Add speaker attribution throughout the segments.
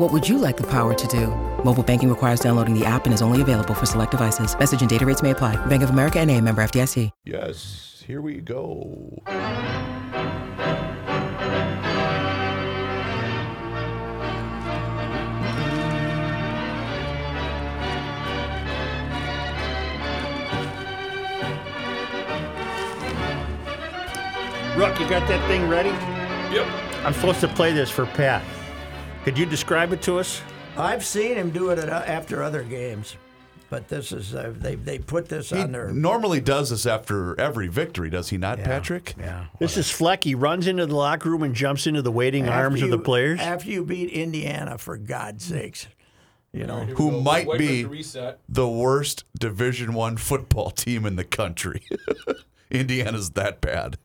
Speaker 1: What would you like the power to do? Mobile banking requires downloading the app and is only available for select devices. Message and data rates may apply. Bank of America and a member FDIC.
Speaker 2: Yes, here we go.
Speaker 3: Rook, you got that thing ready?
Speaker 2: Yep.
Speaker 3: I'm supposed to play this for Pat. Could you describe it to us?
Speaker 4: I've seen him do it at, uh, after other games, but this is uh, they they put this
Speaker 2: He
Speaker 4: on their
Speaker 2: normally does this after every victory, does he not, Patrick?
Speaker 4: yeah.
Speaker 3: This is Fleck. He runs into the locker room and jumps into the waiting
Speaker 4: After
Speaker 3: arms of the
Speaker 4: you-
Speaker 3: players.
Speaker 4: after you beat Indiana for God's sakes, you know.
Speaker 2: Who might be the worst Division One football team in the country? Indiana's that bad.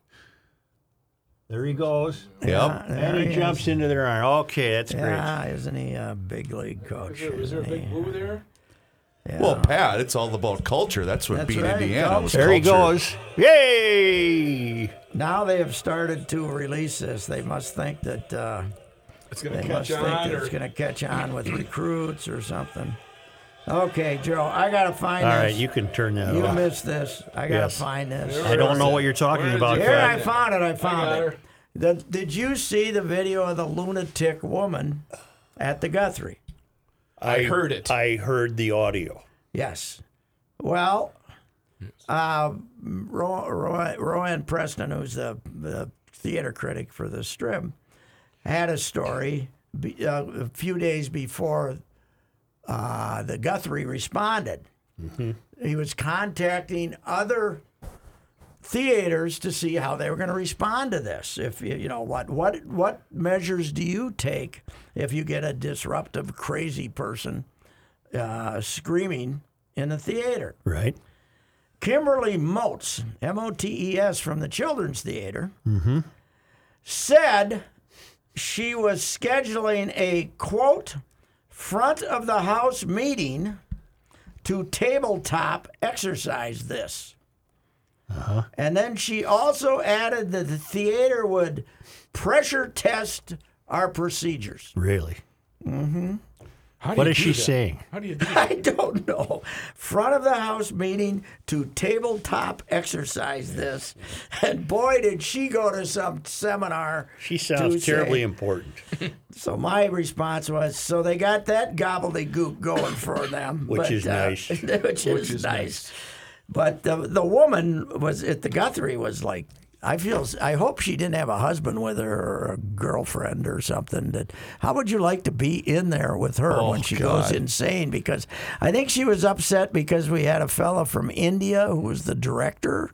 Speaker 3: There he goes.
Speaker 2: Yep.
Speaker 3: And he jumps into their arm. Okay, that's great.
Speaker 4: Yeah, isn't he a big league coach? Is there a big woo there?
Speaker 2: Well, Pat, it's all about culture. That's what
Speaker 4: That's
Speaker 2: beat
Speaker 4: right,
Speaker 2: Indiana. Was
Speaker 3: There he
Speaker 2: culture.
Speaker 3: goes. Yay!
Speaker 4: Now they have started to release this. They must think that uh, it's going to catch on. It's going to catch on with recruits or something. Okay, Joe, I got to find
Speaker 3: All
Speaker 4: this.
Speaker 3: right, you can turn that
Speaker 4: You
Speaker 3: off.
Speaker 4: missed this. I got to
Speaker 3: Yes.
Speaker 4: find this.
Speaker 3: I don't know what you're talking about.
Speaker 4: Here, I
Speaker 3: Fred.
Speaker 4: found it. I found it. The, did you see the video of the lunatic woman at the Guthrie?
Speaker 3: I heard it. I heard the audio.
Speaker 4: Yes. Well, uh, Ro- Ro- Rowan Preston, who's the, the theater critic for the Strip, had a story be, uh, a few days before uh, the Guthrie responded. He was contacting other theaters to see how they were going to respond to this. If you, you know what what what measures do you take if you get a disruptive crazy person uh, screaming in a theater?
Speaker 3: Right.
Speaker 4: Kimberly Motes, M O T E S, from the Children's Theater, said she was scheduling a quote, front of the house meeting to tabletop exercise this. And then she also added that the theater would pressure test our procedures.
Speaker 3: Really. What is she saying?
Speaker 4: I don't know. Front of the house meeting to tabletop exercise this. And boy, did she go to some seminar.
Speaker 3: She
Speaker 4: to
Speaker 3: sounds
Speaker 4: say-
Speaker 3: terribly important.
Speaker 4: So my response was so they got that gobbledygook going for them. uh,
Speaker 3: Which is nice.
Speaker 4: which, is nice. But the, the woman was at the Guthrie was like, I feel, I hope she didn't have a husband with her or a girlfriend or something. That how would you like to be in there with her when she goes insane? Because I think she was upset because we had a fella from India who was the director.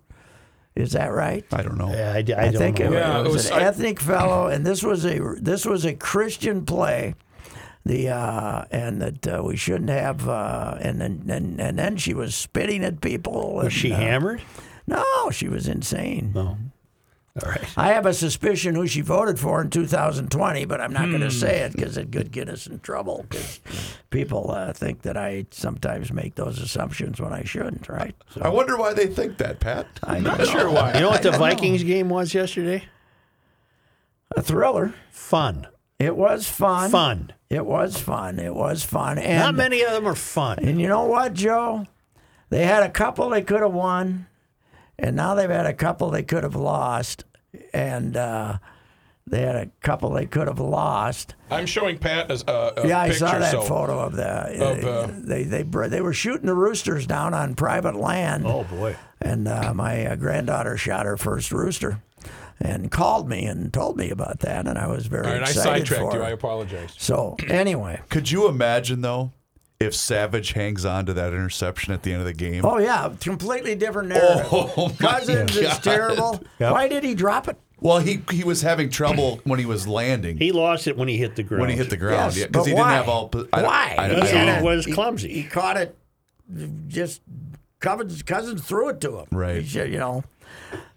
Speaker 4: Is that right?
Speaker 2: I don't know.
Speaker 3: Yeah, I, I don't
Speaker 4: I, think it
Speaker 3: know.
Speaker 4: was,
Speaker 5: Yeah,
Speaker 4: it
Speaker 5: it
Speaker 4: was
Speaker 5: was-
Speaker 4: an
Speaker 5: I-
Speaker 4: ethnic fellow, and this was a this was a Christian play. The uh, and that uh, we shouldn't have, uh, and then and, and then she was spitting at people. and,
Speaker 3: was she
Speaker 4: uh,
Speaker 3: hammered?
Speaker 4: No, she was insane.
Speaker 3: All right.
Speaker 4: I have a suspicion who she voted for in 2020, but I'm not going to say it because it could get us in trouble. Because people uh, think that I sometimes make those assumptions when I shouldn't, right? So,
Speaker 2: I wonder why they think that, Pat.
Speaker 4: I'm not sure why.
Speaker 3: You know what the Vikings game was yesterday?
Speaker 4: A thriller.
Speaker 3: Fun.
Speaker 4: It was fun.
Speaker 3: Fun.
Speaker 4: It was fun. It was fun. And
Speaker 3: Not many of them are fun.
Speaker 4: And you know what, Joe? They had a couple they could have won, and now they've had a couple they could have lost, and uh, they had a couple they could have lost.
Speaker 5: I'm showing Pat a, a, a
Speaker 4: yeah,
Speaker 5: picture.
Speaker 4: I saw that
Speaker 5: so
Speaker 4: photo of the.
Speaker 5: Of, uh,
Speaker 4: they, they they were shooting the roosters down on private land,
Speaker 3: Oh boy.
Speaker 4: and uh, my uh, granddaughter shot her first rooster. and called me and told me about that, and I was very
Speaker 5: All right, I
Speaker 4: excited
Speaker 5: sidetracked
Speaker 4: for
Speaker 5: you.
Speaker 4: her.
Speaker 5: I apologize.
Speaker 4: So anyway,
Speaker 2: Could you imagine though if Savage hangs on to that interception at the end of the game?
Speaker 4: oh yeah, completely different narrative.
Speaker 2: Oh, my
Speaker 4: Cousins is
Speaker 2: God.
Speaker 4: terrible.
Speaker 3: Yep.
Speaker 4: Why did he drop it?
Speaker 2: Well, he he was having trouble when he was landing.
Speaker 3: He lost it when he hit the ground.
Speaker 2: when he hit the ground,
Speaker 4: Yes,
Speaker 2: yeah,
Speaker 4: but
Speaker 2: because he didn't
Speaker 4: why?
Speaker 2: have all. po- I don't-
Speaker 4: Why?
Speaker 2: I, don't-
Speaker 3: Because
Speaker 2: I don't
Speaker 3: he
Speaker 2: know.
Speaker 3: was
Speaker 4: He
Speaker 3: clumsy.
Speaker 4: caught it, just Cousins, Cousins threw it to him.
Speaker 2: Right.
Speaker 4: He should- you know,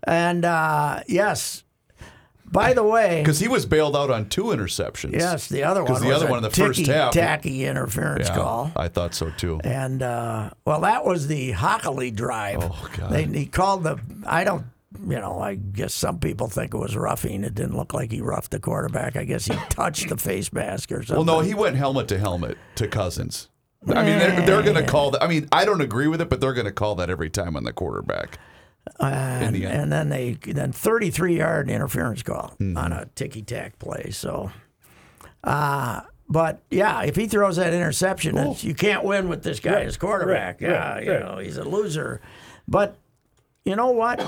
Speaker 4: and uh, yes. By the way,
Speaker 2: Because he was bailed out on two interceptions.
Speaker 4: yes, the other one
Speaker 2: 'Cause
Speaker 4: was
Speaker 2: the other
Speaker 4: a
Speaker 2: one in the first
Speaker 4: ticky,
Speaker 2: half-
Speaker 4: tacky interference
Speaker 2: Yeah,
Speaker 4: call.
Speaker 2: I thought so too.
Speaker 4: And uh, well, that was the Hockley drive.
Speaker 2: Oh, God.
Speaker 4: They, he called the. I don't. You know, I guess some people think it was roughing. It didn't look like he roughed the quarterback. I guess he touched the face mask or
Speaker 2: Well,
Speaker 4: something.
Speaker 2: no, he went helmet to helmet to Cousins. I mean, they're, they're going to call that. I mean, I don't agree with it, but they're going to call that every time on the quarterback. in
Speaker 4: and,
Speaker 2: the end.
Speaker 4: and then they then 33 yard interference call
Speaker 3: Mm-hmm.
Speaker 4: on a ticky tack play. So, uh, but yeah, if he throws that interception, it's, you can't win with this guy as quarterback.
Speaker 3: right,
Speaker 4: yeah, you
Speaker 3: right.
Speaker 4: know he's a loser. But you know what?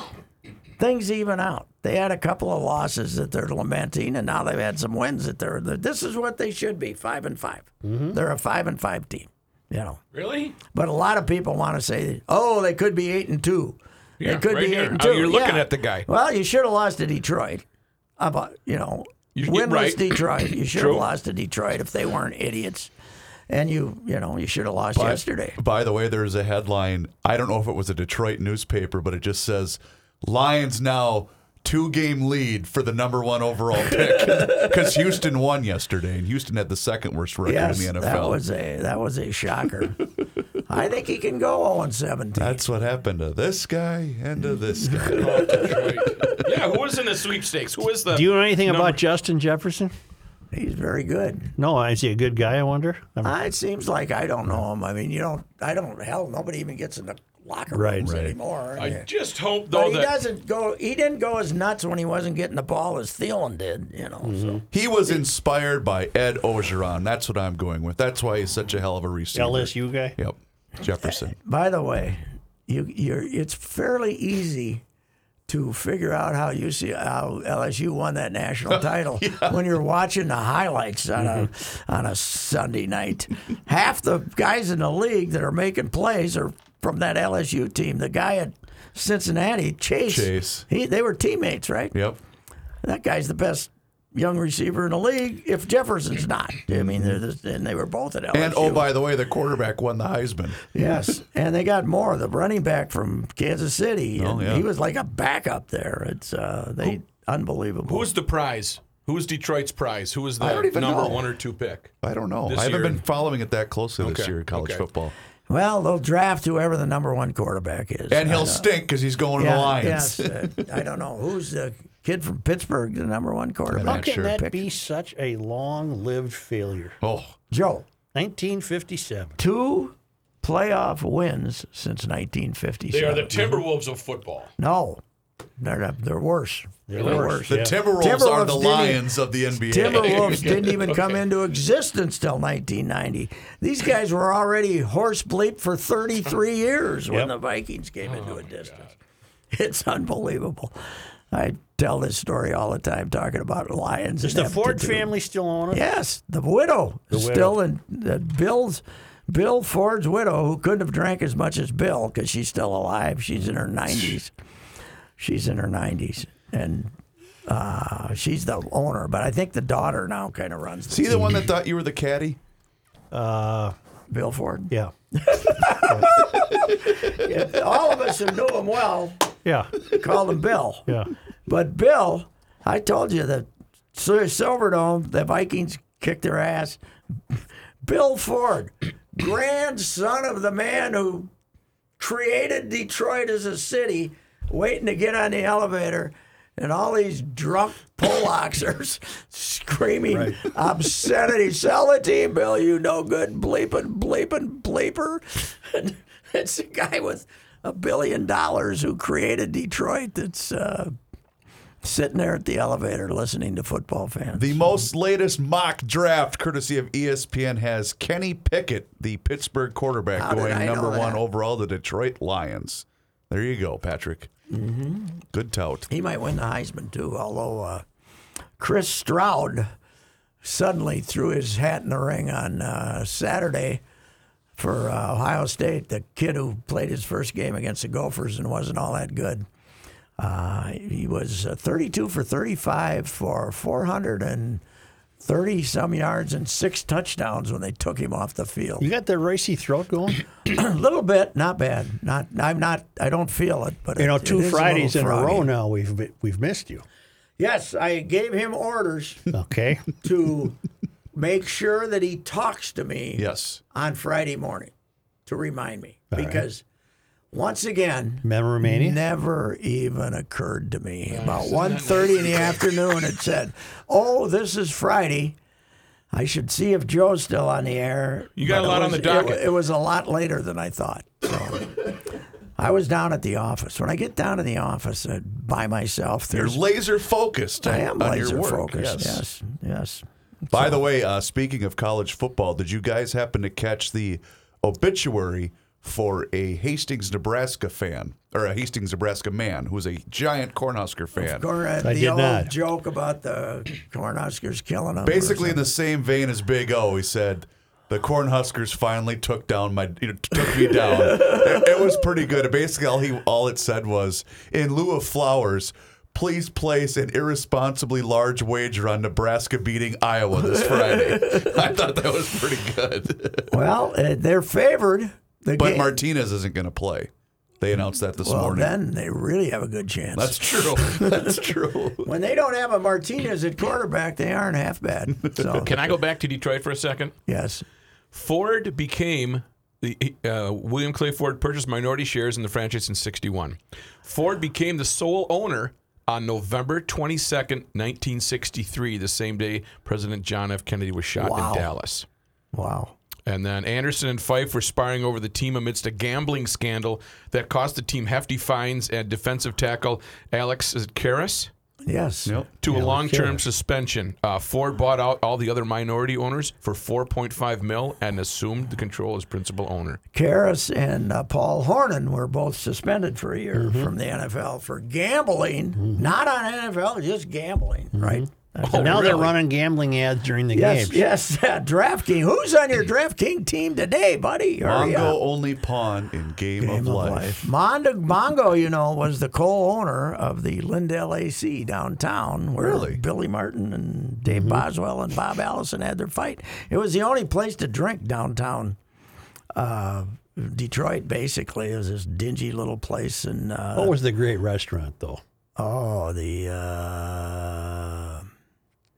Speaker 4: Things even out. They had a couple of losses that they're lamenting, and now they've had some wins that they're. that This is what they should be: five and 5
Speaker 3: Mm-hmm.
Speaker 4: they They're a five and five team. You know.
Speaker 5: Really?
Speaker 4: But a lot of people want to say, "Oh, they could be eight and two.
Speaker 5: Yeah,
Speaker 4: they could
Speaker 5: right
Speaker 4: be
Speaker 5: here.
Speaker 4: eight and
Speaker 5: Oh,
Speaker 4: two.
Speaker 5: you're looking
Speaker 4: Yeah.
Speaker 5: at the guy.
Speaker 4: Well, you should have lost to Detroit. About you know,
Speaker 5: You-
Speaker 4: winless
Speaker 5: right.
Speaker 4: Detroit. You should have
Speaker 5: True.
Speaker 4: lost to Detroit if they weren't idiots. And you, you know, you should have lost yesterday.
Speaker 2: By the way, there's a headline. I don't know if it was a Detroit newspaper, but it just says Lions now two game lead for the number one overall pick because Houston won yesterday, and Houston had the second worst record
Speaker 4: Yes,
Speaker 2: in the NFL.
Speaker 4: that was a that was a shocker. I think he can go 0 and 17.
Speaker 2: That's what happened to this guy and to this
Speaker 4: Oh,
Speaker 2: guy.
Speaker 5: yeah, who was in the sweepstakes? Who was the?
Speaker 3: Do you know anything about Justin Jefferson?
Speaker 4: He's very good.
Speaker 3: No, is he a good guy? I wonder. I mean,
Speaker 4: Uh, it seems like I don't know him. I mean, you don't. I don't. Hell, nobody even gets in the locker
Speaker 3: Right.
Speaker 4: rooms
Speaker 3: Right.
Speaker 4: anymore.
Speaker 5: I
Speaker 4: Yeah.
Speaker 5: just
Speaker 4: But
Speaker 5: hope though
Speaker 4: he
Speaker 5: Oh, that
Speaker 4: doesn't go. He didn't go as nuts when he wasn't getting the ball as Thielen did. You know. So.
Speaker 2: he was inspired by Ed Ogeron. That's what I'm going with. That's why he's such a hell of a receiver.
Speaker 3: LSU guy.
Speaker 2: Yep. Jefferson.
Speaker 4: By the way, you you're it's fairly easy to figure out how you see how LSU won that national title when you're watching the highlights on a on a Sunday night. Half the guys in the league that are making plays are from that LSU team. The guy at Cincinnati, Chase,
Speaker 2: Chase.
Speaker 4: He, they were teammates, right?
Speaker 2: Yep.
Speaker 4: that guy's the best young receiver in the league if Jefferson's not. I mean, they're the, and they were both at LSU.
Speaker 2: And oh, by the way, the quarterback won the Heisman.
Speaker 4: yes, and they got more. The running back from Kansas City, and
Speaker 2: Oh, yeah.
Speaker 4: he was like a backup there. It's uh, they unbelievable.
Speaker 5: who's the prize? Who's Detroit's prize? Who was the
Speaker 2: I don't even
Speaker 5: number
Speaker 2: know.
Speaker 5: one or two pick?
Speaker 2: I don't know.
Speaker 5: This
Speaker 2: I haven't
Speaker 5: year.
Speaker 2: been following it that closely this
Speaker 5: Okay,
Speaker 2: year in college
Speaker 5: okay.
Speaker 2: football.
Speaker 4: well, they'll draft whoever the number one quarterback is.
Speaker 2: And he'll stink because he's going to
Speaker 4: yeah,
Speaker 2: the Lions.
Speaker 4: Yes, uh, I don't know who's the kid from Pittsburgh, the number one
Speaker 3: How
Speaker 4: quarterback.
Speaker 3: can
Speaker 2: sure.
Speaker 3: that be such a long-lived failure?
Speaker 2: Oh,
Speaker 4: Joe,
Speaker 3: 1957.
Speaker 4: two playoff wins since 1957.
Speaker 5: They are the Timberwolves of football.
Speaker 4: No, they're not, they're worse. They're worse.
Speaker 2: the Timberwolves, are
Speaker 4: Timberwolves
Speaker 2: the
Speaker 4: didn't-
Speaker 2: Lions of the NBA.
Speaker 4: Timberwolves didn't even come into existence till 1990. These guys were already horse bleep for 33 years when the Vikings came into existence. It's unbelievable. I tell this story all the time, talking about lions.
Speaker 3: Does
Speaker 4: and
Speaker 3: the Ford
Speaker 4: aptitude.
Speaker 3: family still own it?
Speaker 4: Yes, the widow is
Speaker 3: widow.
Speaker 4: still in uh, Bill's Bill Ford's widow, who couldn't have drank as much as Bill because she's still alive. She's in her nineties. She's in her nineties, and uh, she's the owner. But I think the daughter now kind of runs
Speaker 2: See the one that thought you were the caddy?
Speaker 4: Bill Ford.
Speaker 3: Yeah.
Speaker 4: All of us who knew him well
Speaker 3: Yeah.
Speaker 4: called him Bill.
Speaker 3: Yeah.
Speaker 4: But Bill, I told you that Sil- Silverdome, the Vikings kicked their ass. Bill Ford, grandson of the man who created Detroit as a city, waiting to get on the elevator, and all these drunk Polaxers screaming obscenity. Sell the team, Bill, you no good bleeping, bleeping, bleeper. And it's a guy with a billion dollars who created Detroit that's uh, sitting there at the elevator listening to football fans.
Speaker 2: The most latest mock draft, courtesy of E ESPN, has Kenny Pickett, the Pittsburgh quarterback,
Speaker 4: How did
Speaker 2: going
Speaker 4: I
Speaker 2: number
Speaker 4: know
Speaker 2: one
Speaker 4: that?
Speaker 2: overall to Detroit Lions. There you go, Patrick.
Speaker 4: Mm-hmm.
Speaker 2: Good tout.
Speaker 4: He might win the Heisman too, although uh, Chris Stroud suddenly threw his hat in the ring on uh, Saturday for uh, Ohio State. The kid who played his first game against the Gophers and wasn't all that good. Uh, he was uh, 32 for 35 for 430 some yards and six touchdowns when they took him off the field.
Speaker 3: You got the racy throat going?
Speaker 4: a little bit, not bad. Not I'm not. I don't feel it, but
Speaker 3: You know,
Speaker 4: it- it
Speaker 3: two
Speaker 4: is a little
Speaker 3: Fridays in a row
Speaker 4: froggy.
Speaker 3: now we've be- we've missed you.
Speaker 4: Yes, I gave him orders
Speaker 3: Okay.
Speaker 4: to make sure that he talks to me
Speaker 2: Yes.
Speaker 4: on Friday morning to remind me. because once again,
Speaker 3: Memoromania?
Speaker 4: never even occurred to me. About 1.30 in the afternoon, it said, oh, this is Friday. I should see if Joe's still on the air.
Speaker 5: You
Speaker 4: But
Speaker 5: got a
Speaker 4: it
Speaker 5: lot on
Speaker 4: was-
Speaker 5: the
Speaker 4: it wa-
Speaker 5: docket.
Speaker 4: It, was a lot later than I thought. So. I was down at the office. When I get down to the office uh, by myself,
Speaker 2: You're
Speaker 4: there's
Speaker 2: laser focused.
Speaker 4: I am
Speaker 2: on
Speaker 4: laser
Speaker 2: your work.
Speaker 4: focused. Yes, yes.
Speaker 2: By the way, uh, speaking of college football, did you guys happen to catch the obituary for a Hastings, Nebraska fan or a Hastings, Nebraska man who's a giant Cornhusker fan?
Speaker 4: Or uh,
Speaker 3: I
Speaker 4: the
Speaker 3: did
Speaker 4: old
Speaker 3: not.
Speaker 4: joke about the Cornhuskers killing them. or
Speaker 2: Basically, in
Speaker 4: something.
Speaker 2: the same vein as Big O, he said. The Cornhuskers finally took down my, you know, took me down. it, it was pretty good. Basically, all he, all it said was, in lieu of flowers, please place an irresponsibly large wager on Nebraska beating Iowa this Friday. I thought that was pretty good.
Speaker 4: well, uh, they're favored. The
Speaker 2: But
Speaker 4: game-
Speaker 2: Martinez isn't going to play. They announced that this
Speaker 4: well,
Speaker 2: morning.
Speaker 4: then they really have a good chance.
Speaker 2: That's true. That's true.
Speaker 4: when they don't have a Martinez at quarterback, they aren't half bad. So
Speaker 5: Can I go back to Detroit for a second?
Speaker 4: yes,
Speaker 5: Ford became the uh, William Clay Ford purchased minority shares in the franchise in '61. Ford became the sole owner on November 22nd, 1963, the same day President John F. Kennedy was shot
Speaker 4: Wow.
Speaker 5: in Dallas.
Speaker 4: wow.
Speaker 5: And then Anderson and Fife were sparring over the team amidst a gambling scandal that cost the team hefty fines and defensive tackle Alex Karras
Speaker 4: Yes.
Speaker 5: to a long-term suspension. Uh, Ford bought out all the other minority owners for 4.5 mil and assumed the control as principal owner.
Speaker 4: Karras and uh, Paul Hornan were both suspended for a year
Speaker 3: Mm-hmm.
Speaker 4: from the NFL for gambling, not on NFL, just gambling, right?
Speaker 5: Oh,
Speaker 3: So now they're running gambling ads during the
Speaker 4: Yes,
Speaker 3: Mm-hmm. games.
Speaker 4: yes, DraftKings. Who's on your DraftKings team today, buddy? Hurry
Speaker 2: Mongo
Speaker 4: up.
Speaker 2: only pawn in Game, of,
Speaker 4: Game of
Speaker 2: life.
Speaker 4: life. Mondo, Mongo, you know, was the co-owner of the Lindell AC downtown, where Billy Martin and Dave Boswell and Bob Allison had their fight. It was the only place to drink downtown uh, Detroit. Basically, it was this dingy little place, and uh,
Speaker 3: What was the great restaurant though?
Speaker 4: oh, the uh,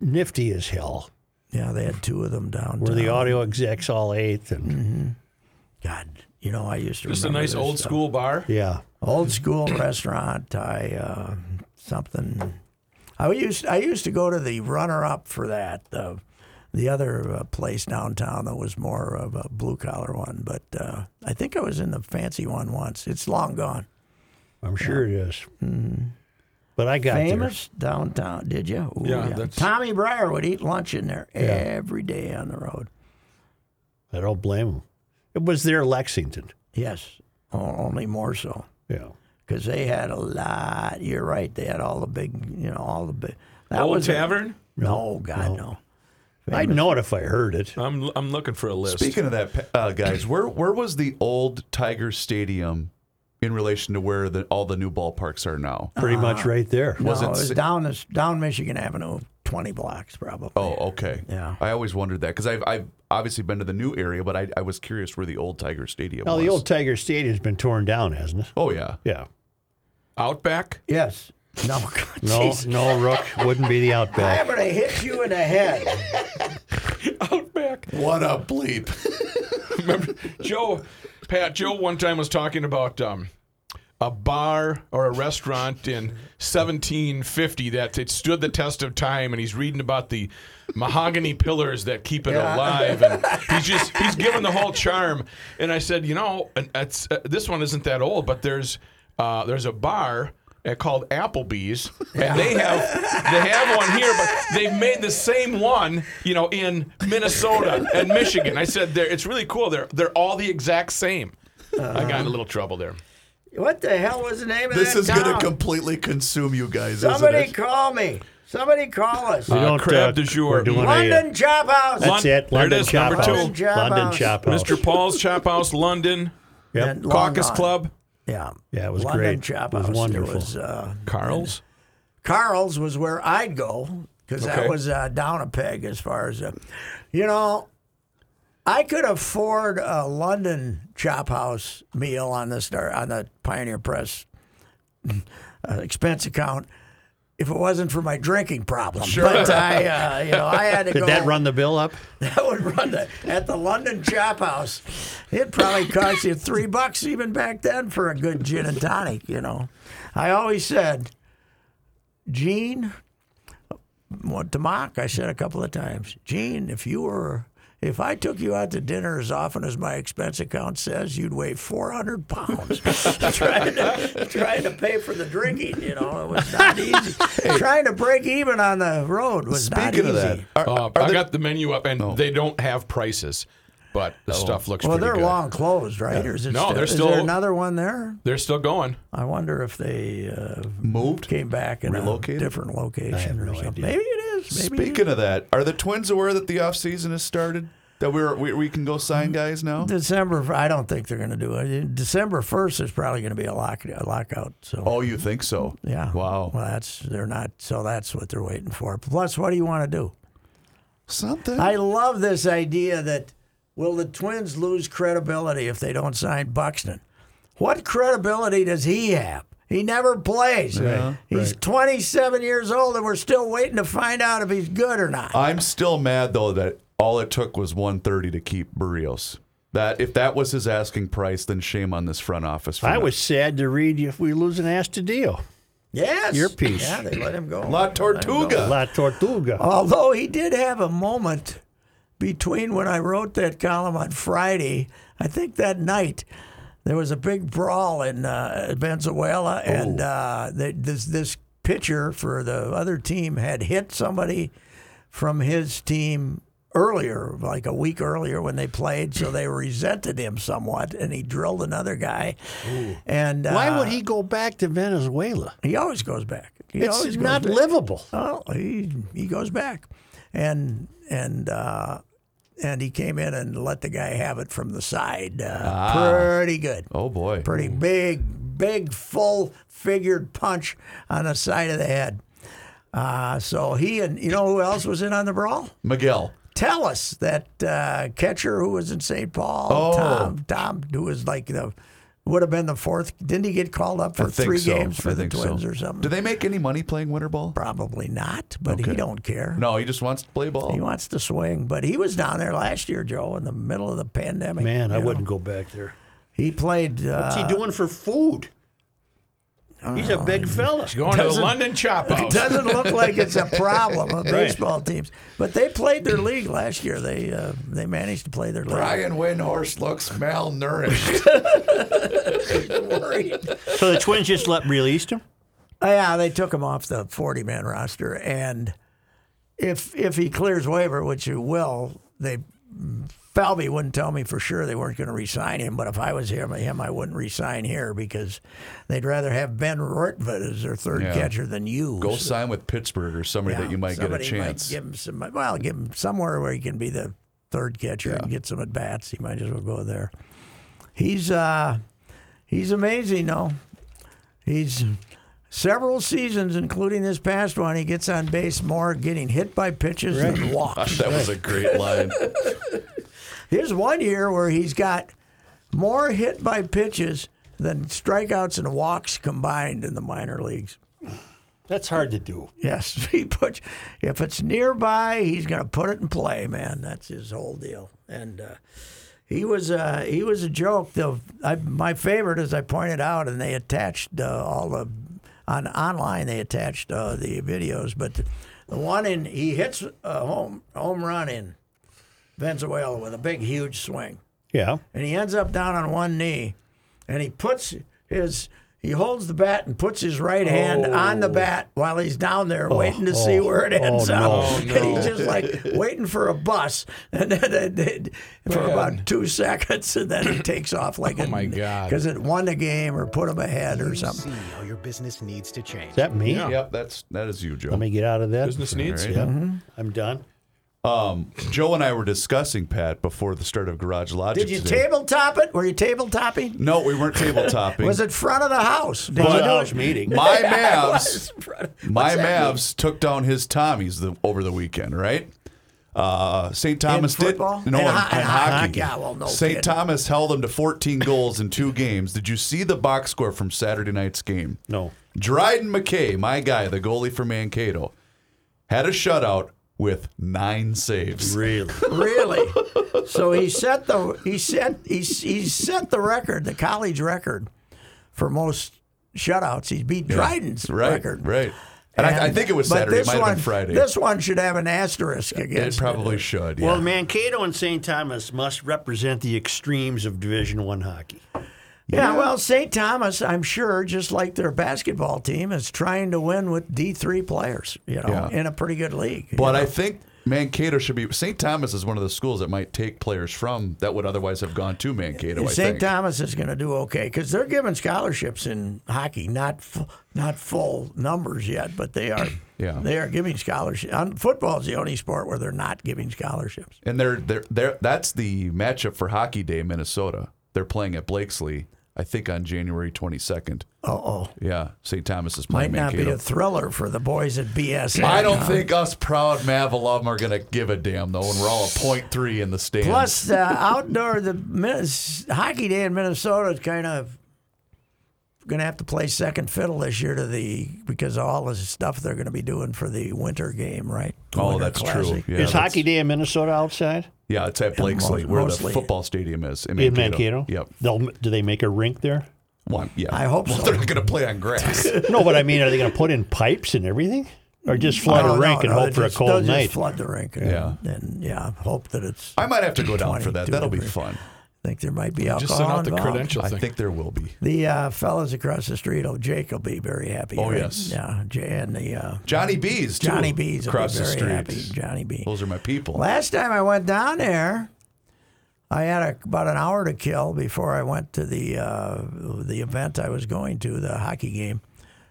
Speaker 3: Nifty as hell.
Speaker 4: yeah, they had two of them downtown.
Speaker 3: Where the audio execs all ate and
Speaker 4: God, you know, I used to
Speaker 5: Just a
Speaker 4: remember
Speaker 5: nice
Speaker 4: this
Speaker 5: old
Speaker 4: stuff.
Speaker 5: school bar.
Speaker 3: yeah.
Speaker 4: old school restaurant. I uh, something. I used I used to go to the runner up for that. Uh, the other uh, place downtown that was more of a blue collar one, but uh, I think I was in the fancy one once. It's long gone.
Speaker 3: I'm sure it is. Mm. But I got
Speaker 4: Famous downtown, did you? Ooh,
Speaker 5: Yeah, that's-
Speaker 4: Tommy Breyer would eat lunch in there every day on the road.
Speaker 3: there. I don't blame him. It was there Lexington.
Speaker 4: Yes, o- only more so.
Speaker 3: Yeah.
Speaker 4: because they had a lot. You're right. They had all the big, you know, all the big. That
Speaker 5: Old
Speaker 4: a-
Speaker 5: Tavern?
Speaker 4: no, God no.
Speaker 3: I'd know it if I heard it.
Speaker 5: I'm, I'm looking for a list.
Speaker 2: Speaking of that, uh, guys, where where was the old Tiger Stadium in relation to where the, all the new ballparks are now?
Speaker 3: Pretty much right there.
Speaker 4: No,
Speaker 2: Was
Speaker 4: it
Speaker 2: it
Speaker 4: was
Speaker 2: si-
Speaker 4: down this down Michigan Avenue, twenty blocks probably.
Speaker 2: Oh, okay.
Speaker 4: Yeah.
Speaker 2: I always wondered that because I've, I've obviously been to the new area, but I, I was curious where the Oh, old Tiger Stadium
Speaker 3: Well,
Speaker 2: was.
Speaker 3: the old Tiger Stadium's been torn down, hasn't it?
Speaker 2: oh, yeah.
Speaker 3: Yeah.
Speaker 5: Outback?
Speaker 4: Yes. No, God,
Speaker 3: No,
Speaker 4: jeez.
Speaker 3: no, Rook wouldn't be the
Speaker 4: I'm
Speaker 3: Outback.
Speaker 4: gonna hit you in the head.
Speaker 5: Outback.
Speaker 2: What a bleep.
Speaker 5: Joe, Pat, Joe one time was talking about um, a bar or a restaurant in 1750 that it stood the test of time, and he's reading about the mahogany pillars that keep it alive, and he's just he's given the whole charm. And I said, you know, and it's, uh, this one isn't that old, but there's uh, there's a bar. uh, Called Applebee's, and they have they have one here, but they've made the same one, you know, in Minnesota and Michigan. I said, they're, it's really cool. They're they're all the exact same. I got in a little trouble there.
Speaker 4: What the hell was the name of
Speaker 2: This
Speaker 4: that
Speaker 2: is going to
Speaker 4: town?
Speaker 2: completely consume you guys,
Speaker 4: Somebody
Speaker 2: isn't it?
Speaker 4: call me. Somebody call us.
Speaker 3: We
Speaker 5: Uh,
Speaker 3: don't,
Speaker 5: crab
Speaker 3: uh,
Speaker 5: du jour.
Speaker 3: we're doing a, uh,
Speaker 4: London Chop House.
Speaker 3: That's
Speaker 5: Lon-
Speaker 3: it.
Speaker 5: there it
Speaker 3: London
Speaker 5: is,
Speaker 3: Chop
Speaker 5: number
Speaker 3: House.
Speaker 5: two.
Speaker 3: London
Speaker 4: London
Speaker 3: Chop
Speaker 4: Chop
Speaker 3: House.
Speaker 5: Mr. Paul's Chop House, London.
Speaker 3: Yep.
Speaker 4: And Long
Speaker 5: Caucus
Speaker 4: Island.
Speaker 5: Club.
Speaker 4: Yeah.
Speaker 3: Yeah, it was
Speaker 4: London
Speaker 3: great.
Speaker 4: Chop
Speaker 3: It was
Speaker 4: House.
Speaker 3: wonderful.
Speaker 4: It was, uh,
Speaker 5: Carl's.
Speaker 4: Carl's was where I'd go because
Speaker 5: Okay.
Speaker 4: that was uh, down a peg as far as, uh, you know, I could afford a London Chop House meal on the star on the Pioneer Press uh, expense account if it wasn't for my drinking problem. But I, uh, you know, I had to
Speaker 3: Did
Speaker 4: go.
Speaker 3: that run the bill up?
Speaker 4: That would run the, at the London Chop House. It probably cost you three bucks even back then for a good gin and tonic, you know. I always said, Gene, what to mock, I said a couple of times, Gene, if you were, if I took you out to dinner as often as my expense account says, you'd weigh 400 pounds trying, to, trying to pay for the drinking, you know. It was not easy. trying to break even on the road was not easy.
Speaker 2: Speaking of that, are-
Speaker 5: Uh, I got the menu up, and they don't have prices, but the stuff looks
Speaker 4: Oh. Well,
Speaker 5: pretty
Speaker 4: they're
Speaker 5: good.
Speaker 4: long closed, right? Or is it
Speaker 5: No,
Speaker 4: still,
Speaker 5: they're
Speaker 4: is
Speaker 5: still-
Speaker 4: there another one there?
Speaker 5: They're still going.
Speaker 4: I wonder if they uh,
Speaker 2: moved.
Speaker 4: came back in
Speaker 2: Relocated?
Speaker 4: a different location or something. Maybe it is. Maybe
Speaker 2: Speaking of that, are the Twins aware that the offseason has started? That we're, we we can go
Speaker 4: Mm.
Speaker 2: sign guys now?
Speaker 4: December. I don't think they're going to do it. December first is probably going to be a lock a lockout. So
Speaker 2: Oh, you think so?
Speaker 4: yeah.
Speaker 2: Wow.
Speaker 4: Well, that's they're not. So that's what they're waiting for. Plus, what do you want to do?
Speaker 2: Something.
Speaker 4: I love this idea that will the Twins lose credibility if they don't sign Buxton? What credibility does he have? He never plays. he's 27 years old, and we're still waiting to find out if he's good or not.
Speaker 2: I'm still mad though that all it took was 130 to keep Barrios. That if that was his asking price, then shame on this front office. For
Speaker 3: I
Speaker 2: not-
Speaker 3: was sad to read if we lose an Astudillo.
Speaker 4: yes,
Speaker 3: your piece.
Speaker 4: Yeah, they let him go.
Speaker 2: La Tortuga.
Speaker 3: La Tortuga.
Speaker 4: Although he did have a moment between when I wrote that column on Friday, I think that night there was a big brawl in uh, Venezuela, and uh, they, this this pitcher for the other team had hit somebody from his team earlier, like a week earlier when they played, so they resented him somewhat, and he drilled another guy. And uh,
Speaker 3: Why would he go back to Venezuela?
Speaker 4: He always goes back. He always
Speaker 3: It's
Speaker 4: goes
Speaker 3: not
Speaker 4: back.
Speaker 3: livable.
Speaker 4: Well, he he goes back, and and uh, and he came in and let the guy have it from the side. Uh,
Speaker 2: Ah.
Speaker 4: Pretty good,
Speaker 2: Oh boy.
Speaker 4: pretty big, big full figured punch on the side of the head. Uh, so he and you know who else was in on the brawl?
Speaker 2: Miguel.
Speaker 4: Tell us that uh, catcher who was in St. Paul,
Speaker 2: Oh.
Speaker 4: Tom Tom, who was like the would have been the fourth. Didn't he get called up for
Speaker 2: I think
Speaker 4: three
Speaker 2: so.
Speaker 4: games for
Speaker 2: I
Speaker 4: the
Speaker 2: think so.
Speaker 4: Twins or something?
Speaker 2: Do they make any money playing winter ball?
Speaker 4: Probably not, but he don't care.
Speaker 2: No, he just wants to play
Speaker 4: He
Speaker 2: ball.
Speaker 4: wants to swing, but he was down there last year, Joe, in the middle of the pandemic.
Speaker 3: Man, I
Speaker 4: you know.
Speaker 3: wouldn't go back there.
Speaker 4: He played. Uh,
Speaker 3: What's he doing for food? He's a big fella.
Speaker 5: Going to the London Chop House.
Speaker 4: doesn't look like it's a problem with baseball teams, but they played their league last year. They uh, they managed to play their league.
Speaker 2: Brian Windhorse looks malnourished.
Speaker 3: So the Twins just let released him.
Speaker 4: Yeah, they took him off the forty man roster, and if if he clears waiver, which he will, they Falvey wouldn't tell me for sure they weren't going to resign him. But if I was him, him I wouldn't resign here because they'd rather have Ben Rortvedt as their third
Speaker 2: Yeah.
Speaker 4: catcher than you.
Speaker 2: Go
Speaker 4: So-
Speaker 2: sign with Pittsburgh or somebody that
Speaker 4: Yeah,
Speaker 2: you might get a
Speaker 4: somebody might
Speaker 2: chance.
Speaker 4: give him some. Well, give him somewhere where he can be the third catcher and get some at bats. He might as well go there. He's uh, he's amazing, though. He's several seasons, including this past one. He gets on base more, getting hit by pitches than walks.
Speaker 2: that was a great line.
Speaker 4: Here's one year where he's got more hit by pitches than strikeouts and walks combined in the minor leagues.
Speaker 3: That's hard to do.
Speaker 4: Yes, he puts. If it's nearby, he's going to put it in play, man. That's his whole deal. And uh, he was uh, he was a joke. The I, my favorite, as I pointed out, and they attached uh, all the on online. They attached uh, the videos, but the, one in he hits a home home run in Venezuela with a big, huge swing
Speaker 3: Yeah.
Speaker 4: and he ends up down on one knee and he puts his He holds the bat and puts his right hand on the bat while he's down there waiting to see
Speaker 3: oh,
Speaker 4: where it
Speaker 3: oh,
Speaker 4: ends up.
Speaker 3: no.
Speaker 4: And he's just like waiting for a bus, and then it, it- for about two seconds, and then he takes off like oh
Speaker 5: my God.
Speaker 4: because it won the game or put him ahead or something.
Speaker 6: See how your business needs to change.
Speaker 3: Is that me?
Speaker 2: Yep, that's that is you, Joe.
Speaker 3: Let me get out of that.
Speaker 5: Business needs.
Speaker 3: Yep. I'm done.
Speaker 2: Joe and I were discussing Pat before the start of Garage Logic.
Speaker 4: Did you
Speaker 2: today.
Speaker 4: tabletop it? Were you tabletopping?
Speaker 2: No, we weren't tabletopping.
Speaker 4: Was it front of the house? Did
Speaker 3: Well,
Speaker 4: you do
Speaker 3: I
Speaker 4: it?
Speaker 3: was meeting.
Speaker 2: My
Speaker 4: Yeah, it
Speaker 2: Mavs.
Speaker 4: was front of-
Speaker 2: My Mavs took down his Tommies the, over the weekend, right? Uh, St. Thomas
Speaker 4: football?
Speaker 2: did no
Speaker 4: In
Speaker 2: in,
Speaker 4: ho- in
Speaker 2: in
Speaker 4: hockey.
Speaker 2: hockey.
Speaker 4: Yeah, well, no
Speaker 2: St.
Speaker 4: kidding.
Speaker 2: Thomas held them to 14 goals in two games. Did you see the box score from Saturday night's game?
Speaker 3: No.
Speaker 2: Dryden McKay, my guy, the goalie for Mankato, had a shutout with nine saves.
Speaker 3: Really?
Speaker 4: Really? So he set the he set he, he set the record, the college record for most shutouts. He beat Dryden's
Speaker 2: Right,
Speaker 4: record.
Speaker 2: right. And, I, I think it was
Speaker 4: but
Speaker 2: Saturday. It
Speaker 4: this
Speaker 2: might
Speaker 4: one,
Speaker 2: have been Friday.
Speaker 4: This one should have an asterisk against
Speaker 2: it
Speaker 4: it.
Speaker 2: probably should. Yeah.
Speaker 3: Well, Mankato and St. Thomas must represent the extremes of Division One hockey.
Speaker 4: Yeah, well, St. Thomas, I'm sure, just like their basketball team, is trying to win with D3 players, you know,
Speaker 2: Yeah.
Speaker 4: in a pretty good league.
Speaker 2: But I think Mankato should be. St. Thomas is one of the schools that might take players from that would otherwise have gone to Mankato. I
Speaker 4: St.
Speaker 2: think.
Speaker 4: Thomas is going to do okay because they're giving scholarships in hockey, not fu- not full numbers yet, but they are.
Speaker 2: Yeah.
Speaker 4: They are giving scholarships. Football is the only sport where they're not giving scholarships.
Speaker 2: and they're, they're they're that's the matchup for Hockey Day, Minnesota. They're playing at Blakesley, I think, on January 22nd.
Speaker 4: Uh oh.
Speaker 2: Yeah, St. Thomas is
Speaker 4: Might
Speaker 2: playing
Speaker 4: not be
Speaker 2: Mankato.
Speaker 4: a thriller for the boys at BS.
Speaker 2: I don't think us proud Mavalum are going to give a damn though, and we're all a point three in the stands.
Speaker 4: Plus, the outdoor, the Minnes- hockey day in Minnesota is kind of going to have to play second fiddle this year to the because of all the stuff they're going to be doing for the winter game, right? The
Speaker 2: oh,
Speaker 4: Winter
Speaker 2: that's
Speaker 4: Classic.
Speaker 2: true. Yeah, that's-
Speaker 3: Is Hockey Day in Minnesota outside?
Speaker 2: Yeah, it's at Blakesley,
Speaker 4: mo-
Speaker 2: where
Speaker 4: mostly.
Speaker 2: the football stadium is in
Speaker 3: In
Speaker 2: Mankato.
Speaker 3: Mankato?
Speaker 2: Yep.
Speaker 3: They'll, do they make a rink there?
Speaker 2: One. Yeah.
Speaker 4: I hope
Speaker 2: Well,
Speaker 4: so.
Speaker 2: they're not going to play on grass.
Speaker 3: No, but I mean, are they going to put in pipes and everything? Or just flood
Speaker 4: No,
Speaker 3: a
Speaker 4: Oh, no,
Speaker 3: rink and
Speaker 4: no,
Speaker 3: hope for a
Speaker 4: just- they'll
Speaker 3: cold
Speaker 4: just
Speaker 3: night?
Speaker 4: flood the rink. And,
Speaker 2: Yeah.
Speaker 4: And yeah, hope that it's. I
Speaker 2: I might have to go down for
Speaker 4: 22
Speaker 2: that. That'll be
Speaker 4: degree.
Speaker 2: fun.
Speaker 4: think there might be
Speaker 5: Just
Speaker 4: alcohol
Speaker 5: sent out the
Speaker 4: involved.
Speaker 5: credential
Speaker 2: I
Speaker 5: thing.
Speaker 2: think there will be.
Speaker 4: The uh, fellas across the street, oh, Jake will be very happy.
Speaker 2: Oh,
Speaker 4: right?
Speaker 2: yes.
Speaker 4: Yeah. J- And the uh,
Speaker 2: Johnny B's too,
Speaker 4: Johnny B's will
Speaker 2: across
Speaker 4: be very
Speaker 2: the street.
Speaker 4: happy. Johnny B.
Speaker 2: Those are my people.
Speaker 4: Last time I went down there, I had a, about an hour to kill before I went to the uh, the event I was going to, the hockey game.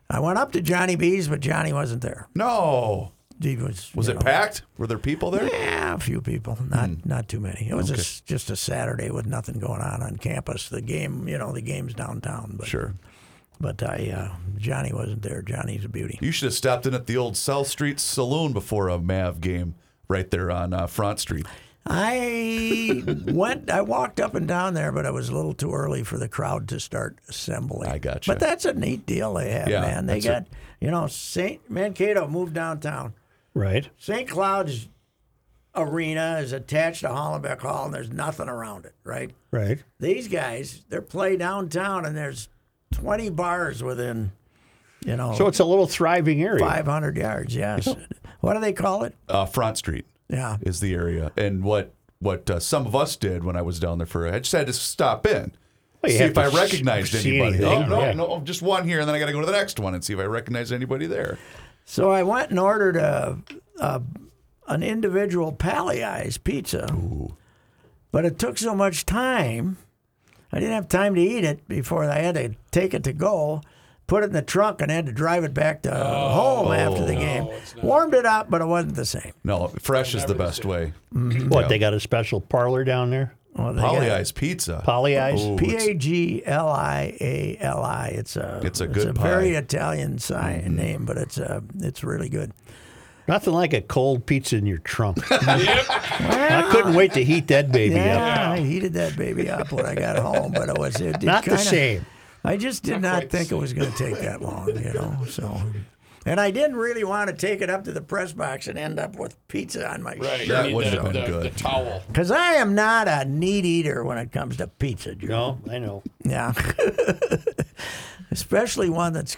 Speaker 4: I went up to Johnny B's, but Johnny wasn't there.
Speaker 2: No,
Speaker 4: He was.
Speaker 2: was
Speaker 4: you
Speaker 2: it
Speaker 4: know,
Speaker 2: packed? Were there people there?
Speaker 4: Yeah, Eh, a few people, not
Speaker 2: Hmm.
Speaker 4: not too many. It was a s just a Saturday with nothing going on on campus. The game, you know, the game's downtown. But,
Speaker 2: Sure.
Speaker 4: But I, uh, Johnny wasn't there. Johnny's a beauty.
Speaker 2: You should have stopped in at the old South Street Saloon before a Mav game, right there on uh, Front Street.
Speaker 4: I went, I walked up and down there, but it was a little too early for the crowd to start assembling.
Speaker 2: I gotcha.
Speaker 4: But that's a neat deal they have,
Speaker 2: Yeah,
Speaker 4: man. They
Speaker 2: that's a-
Speaker 4: got, you know, St. Mankato moved downtown.
Speaker 3: Right.
Speaker 4: St. Cloud's arena is attached to Hollenbeck Hall, and there's nothing around it, right?
Speaker 3: Right.
Speaker 4: These guys, they're play downtown, and there's 20 bars within, you know,
Speaker 3: So it's a little thriving area.
Speaker 4: 500 yards. Yes. What do they call it?
Speaker 2: Uh, Front Street
Speaker 4: Yeah.
Speaker 2: is the area, and what what uh, some of us did when I was down there for, I just had to stop in.
Speaker 3: Well, you
Speaker 2: see
Speaker 3: have
Speaker 2: if
Speaker 3: to
Speaker 2: I
Speaker 3: s-
Speaker 2: recognized
Speaker 3: see
Speaker 2: anybody. Oh,
Speaker 3: anything,
Speaker 2: no,
Speaker 3: yeah.
Speaker 2: no, just one here, and then I got to go to the next one and see if I recognize anybody there.
Speaker 4: So I went and ordered a, a an individual Pally Eyes pizza, but it took so much time. I didn't have time to eat it before I had to take it to go, put it in the trunk, and had to drive it back to
Speaker 3: Oh,
Speaker 4: home after the game. Warmed it up, but it wasn't the same.
Speaker 2: No, fresh is the best way.
Speaker 3: What, they got a special parlor down there?
Speaker 4: Well, they
Speaker 2: Poly
Speaker 4: got
Speaker 2: Eyes Pizza.
Speaker 3: Poly Eyes?
Speaker 2: Ooh,
Speaker 4: P
Speaker 2: Oh, it's-
Speaker 4: A G L I A L I. It's a
Speaker 2: It's a good pie. Mm-hmm.
Speaker 4: very Italian sign name, but it's uh it's really good.
Speaker 3: Nothing like a cold pizza in your trunk. I couldn't wait to heat that baby up.
Speaker 4: Yeah, I heated that baby up when I got home, but it was it, it
Speaker 3: Not the
Speaker 4: kinda-
Speaker 3: same.
Speaker 4: I just did not think it was going to take that long, you know. So, and I didn't really want to take it up to the press box and end up with pizza on my
Speaker 5: Right.
Speaker 2: That
Speaker 5: you need
Speaker 2: would have
Speaker 5: the,
Speaker 2: been
Speaker 5: the-
Speaker 2: good.
Speaker 5: The towel.
Speaker 4: Because I am not a neat eater when it comes to pizza, Joe.
Speaker 3: No, I know.
Speaker 4: Yeah. Especially one that's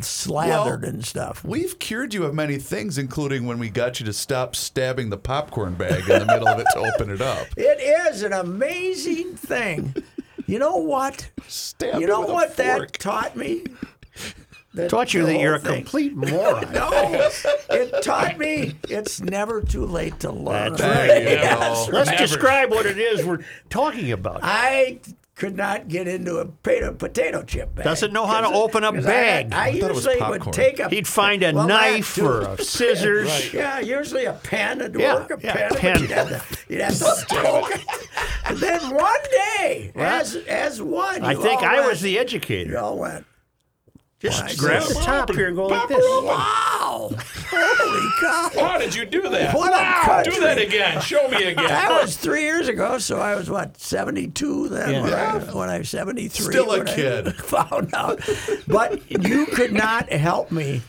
Speaker 4: slathered and stuff.
Speaker 2: We've cured you of many things, including when we got you to stop stabbing the popcorn bag in the middle of it to open it up.
Speaker 4: It is an amazing thing. You know what?
Speaker 2: Stabbed
Speaker 4: you
Speaker 2: him
Speaker 4: know
Speaker 2: with a
Speaker 4: what that
Speaker 2: fork.
Speaker 4: taught me? That
Speaker 3: Taught you
Speaker 4: the
Speaker 3: that you're a
Speaker 4: whole thing-
Speaker 3: complete moron.
Speaker 4: No, it taught me it's never too late to learn.
Speaker 3: That's
Speaker 2: There you go.
Speaker 3: Let's describe what it is we're talking about.
Speaker 4: I could not get into a potato, potato chip bag.
Speaker 3: Doesn't know how to
Speaker 4: 'Cause it-
Speaker 3: open a
Speaker 4: 'cause I-
Speaker 3: bag.
Speaker 4: I,
Speaker 2: thought it was
Speaker 4: usually would
Speaker 2: popcorn.
Speaker 4: take a.
Speaker 3: He'd find a
Speaker 4: well, that
Speaker 3: knife
Speaker 4: too.
Speaker 3: or a scissors.
Speaker 4: Yeah, usually a pen would
Speaker 3: Yeah,
Speaker 4: work. A
Speaker 3: yeah,
Speaker 4: pen,
Speaker 3: pen.
Speaker 4: But you'd have to, you'd have to poke it. And then one day, as as one,
Speaker 3: I
Speaker 4: you
Speaker 3: think
Speaker 4: all
Speaker 3: I
Speaker 4: went-
Speaker 3: was the
Speaker 4: You
Speaker 3: educator.
Speaker 4: all went.
Speaker 3: Just grab the top here and go like this.
Speaker 4: Wow! Holy cow!
Speaker 5: How did you do that?
Speaker 4: What a country!
Speaker 5: Do that again. Show me again.
Speaker 4: That was three years ago, so I was what seventy two then. When, I, when I was seventy three,
Speaker 2: Still a
Speaker 4: when I
Speaker 2: kid.
Speaker 4: found out. But you could not help me.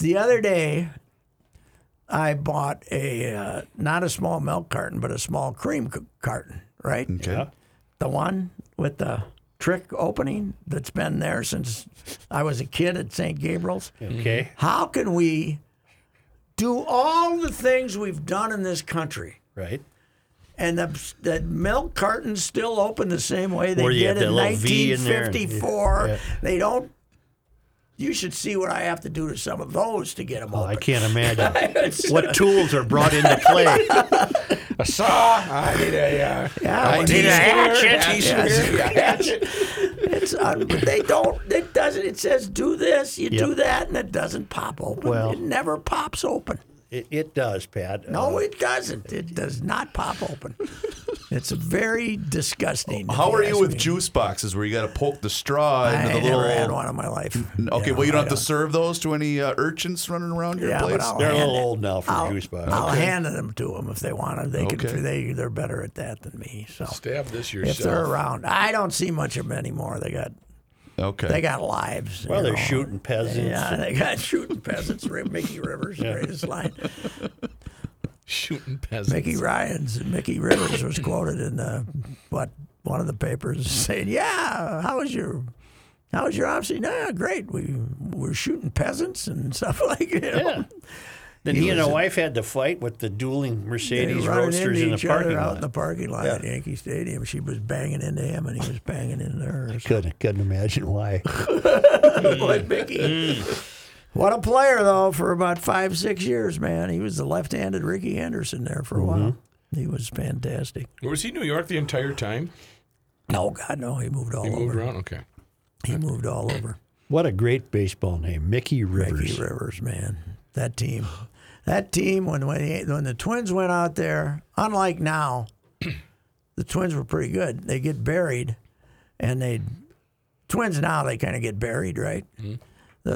Speaker 4: The other day, I bought a uh, not a small milk carton, but a small cream c- carton. Right,
Speaker 2: Okay.
Speaker 4: the one with the trick opening that's been there since I was a kid at St. Gabriel's.
Speaker 3: Okay.
Speaker 4: How can we do all the things we've done in this country?
Speaker 3: Right.
Speaker 4: and the, the milk cartons still open the same way they
Speaker 3: Where you
Speaker 4: did
Speaker 3: have that
Speaker 4: in
Speaker 3: little V in there and-
Speaker 4: 1954.
Speaker 3: Yeah.
Speaker 4: They don't. You should see what I have to do to some of those to get them
Speaker 3: Well,
Speaker 4: open.
Speaker 3: Oh, I can't imagine what tools are brought into play.
Speaker 5: A saw. I need a. Uh,
Speaker 4: Yeah,
Speaker 5: I
Speaker 4: well,
Speaker 5: need a
Speaker 4: it's-
Speaker 5: hatchet.
Speaker 4: Yes, yes. It's un- but they don't. It doesn't. It says do this, you
Speaker 3: Yep.
Speaker 4: do that, and it doesn't pop open.
Speaker 3: Well-
Speaker 4: it never pops open.
Speaker 3: It, it does, Pat.
Speaker 4: No,
Speaker 3: Uh,
Speaker 4: it doesn't. It does not pop open. It's very disgusting. if
Speaker 2: How are
Speaker 4: ask
Speaker 2: you with
Speaker 4: me.
Speaker 2: juice boxes where you got to poke the straw
Speaker 4: I
Speaker 2: into the little?
Speaker 4: never had one in my life.
Speaker 2: Okay,
Speaker 4: Yeah,
Speaker 2: well you don't
Speaker 4: I
Speaker 2: have to serve those to any uh, urchins running around your
Speaker 4: Yeah, but
Speaker 2: place.
Speaker 4: I'll
Speaker 3: they're a
Speaker 4: hand
Speaker 3: little
Speaker 4: it.
Speaker 3: old now for
Speaker 4: I'll,
Speaker 3: juice box.
Speaker 4: I'll hand them to them if they want them. They
Speaker 2: Okay.
Speaker 4: can. They they're better at that than me. So
Speaker 5: Stab this
Speaker 4: if they're
Speaker 5: yourself.
Speaker 4: around, I don't see much of them anymore. They got
Speaker 2: Okay.
Speaker 4: they got lives. you
Speaker 3: Well, they're
Speaker 4: know.
Speaker 3: shooting peasants.
Speaker 4: Yeah, they got shooting peasants. Ri- Mickey Rivers, greatest line.
Speaker 5: Shooting peasants.
Speaker 4: Mickey Ryan's Mickey Rivers was quoted in the what one of the papers saying, "Yeah, how was your." How was your off-season? Yeah, great. We were shooting peasants and stuff like that.
Speaker 3: Yeah. Then he, and a wife had to fight with the dueling
Speaker 4: They
Speaker 3: Mercedes
Speaker 4: were running
Speaker 3: roadsters
Speaker 4: into
Speaker 3: in the
Speaker 4: each other
Speaker 3: parking
Speaker 4: out
Speaker 3: lot.
Speaker 4: in the parking lot at Yankee Stadium. She was banging into him, and he was banging into her.
Speaker 3: couldn't couldn't imagine why.
Speaker 4: Boy, Mickey.
Speaker 3: Mm.
Speaker 4: What a player, though, for about five, six years, man. He was the left-handed Ricky Anderson there for a
Speaker 3: Mm-hmm.
Speaker 4: while. He was fantastic.
Speaker 5: Was he in New York the entire time?
Speaker 4: No, God, no. He moved all
Speaker 5: He
Speaker 4: over.
Speaker 5: moved around. Okay.
Speaker 4: He moved all over.
Speaker 3: What a great baseball name, Mickey Rivers.
Speaker 4: Ricky Rivers, man. That team. That team, when, when, the, when the Twins went out there, unlike now, the Twins were pretty good. They get buried, and they Twins now they kind of get buried, right? Th-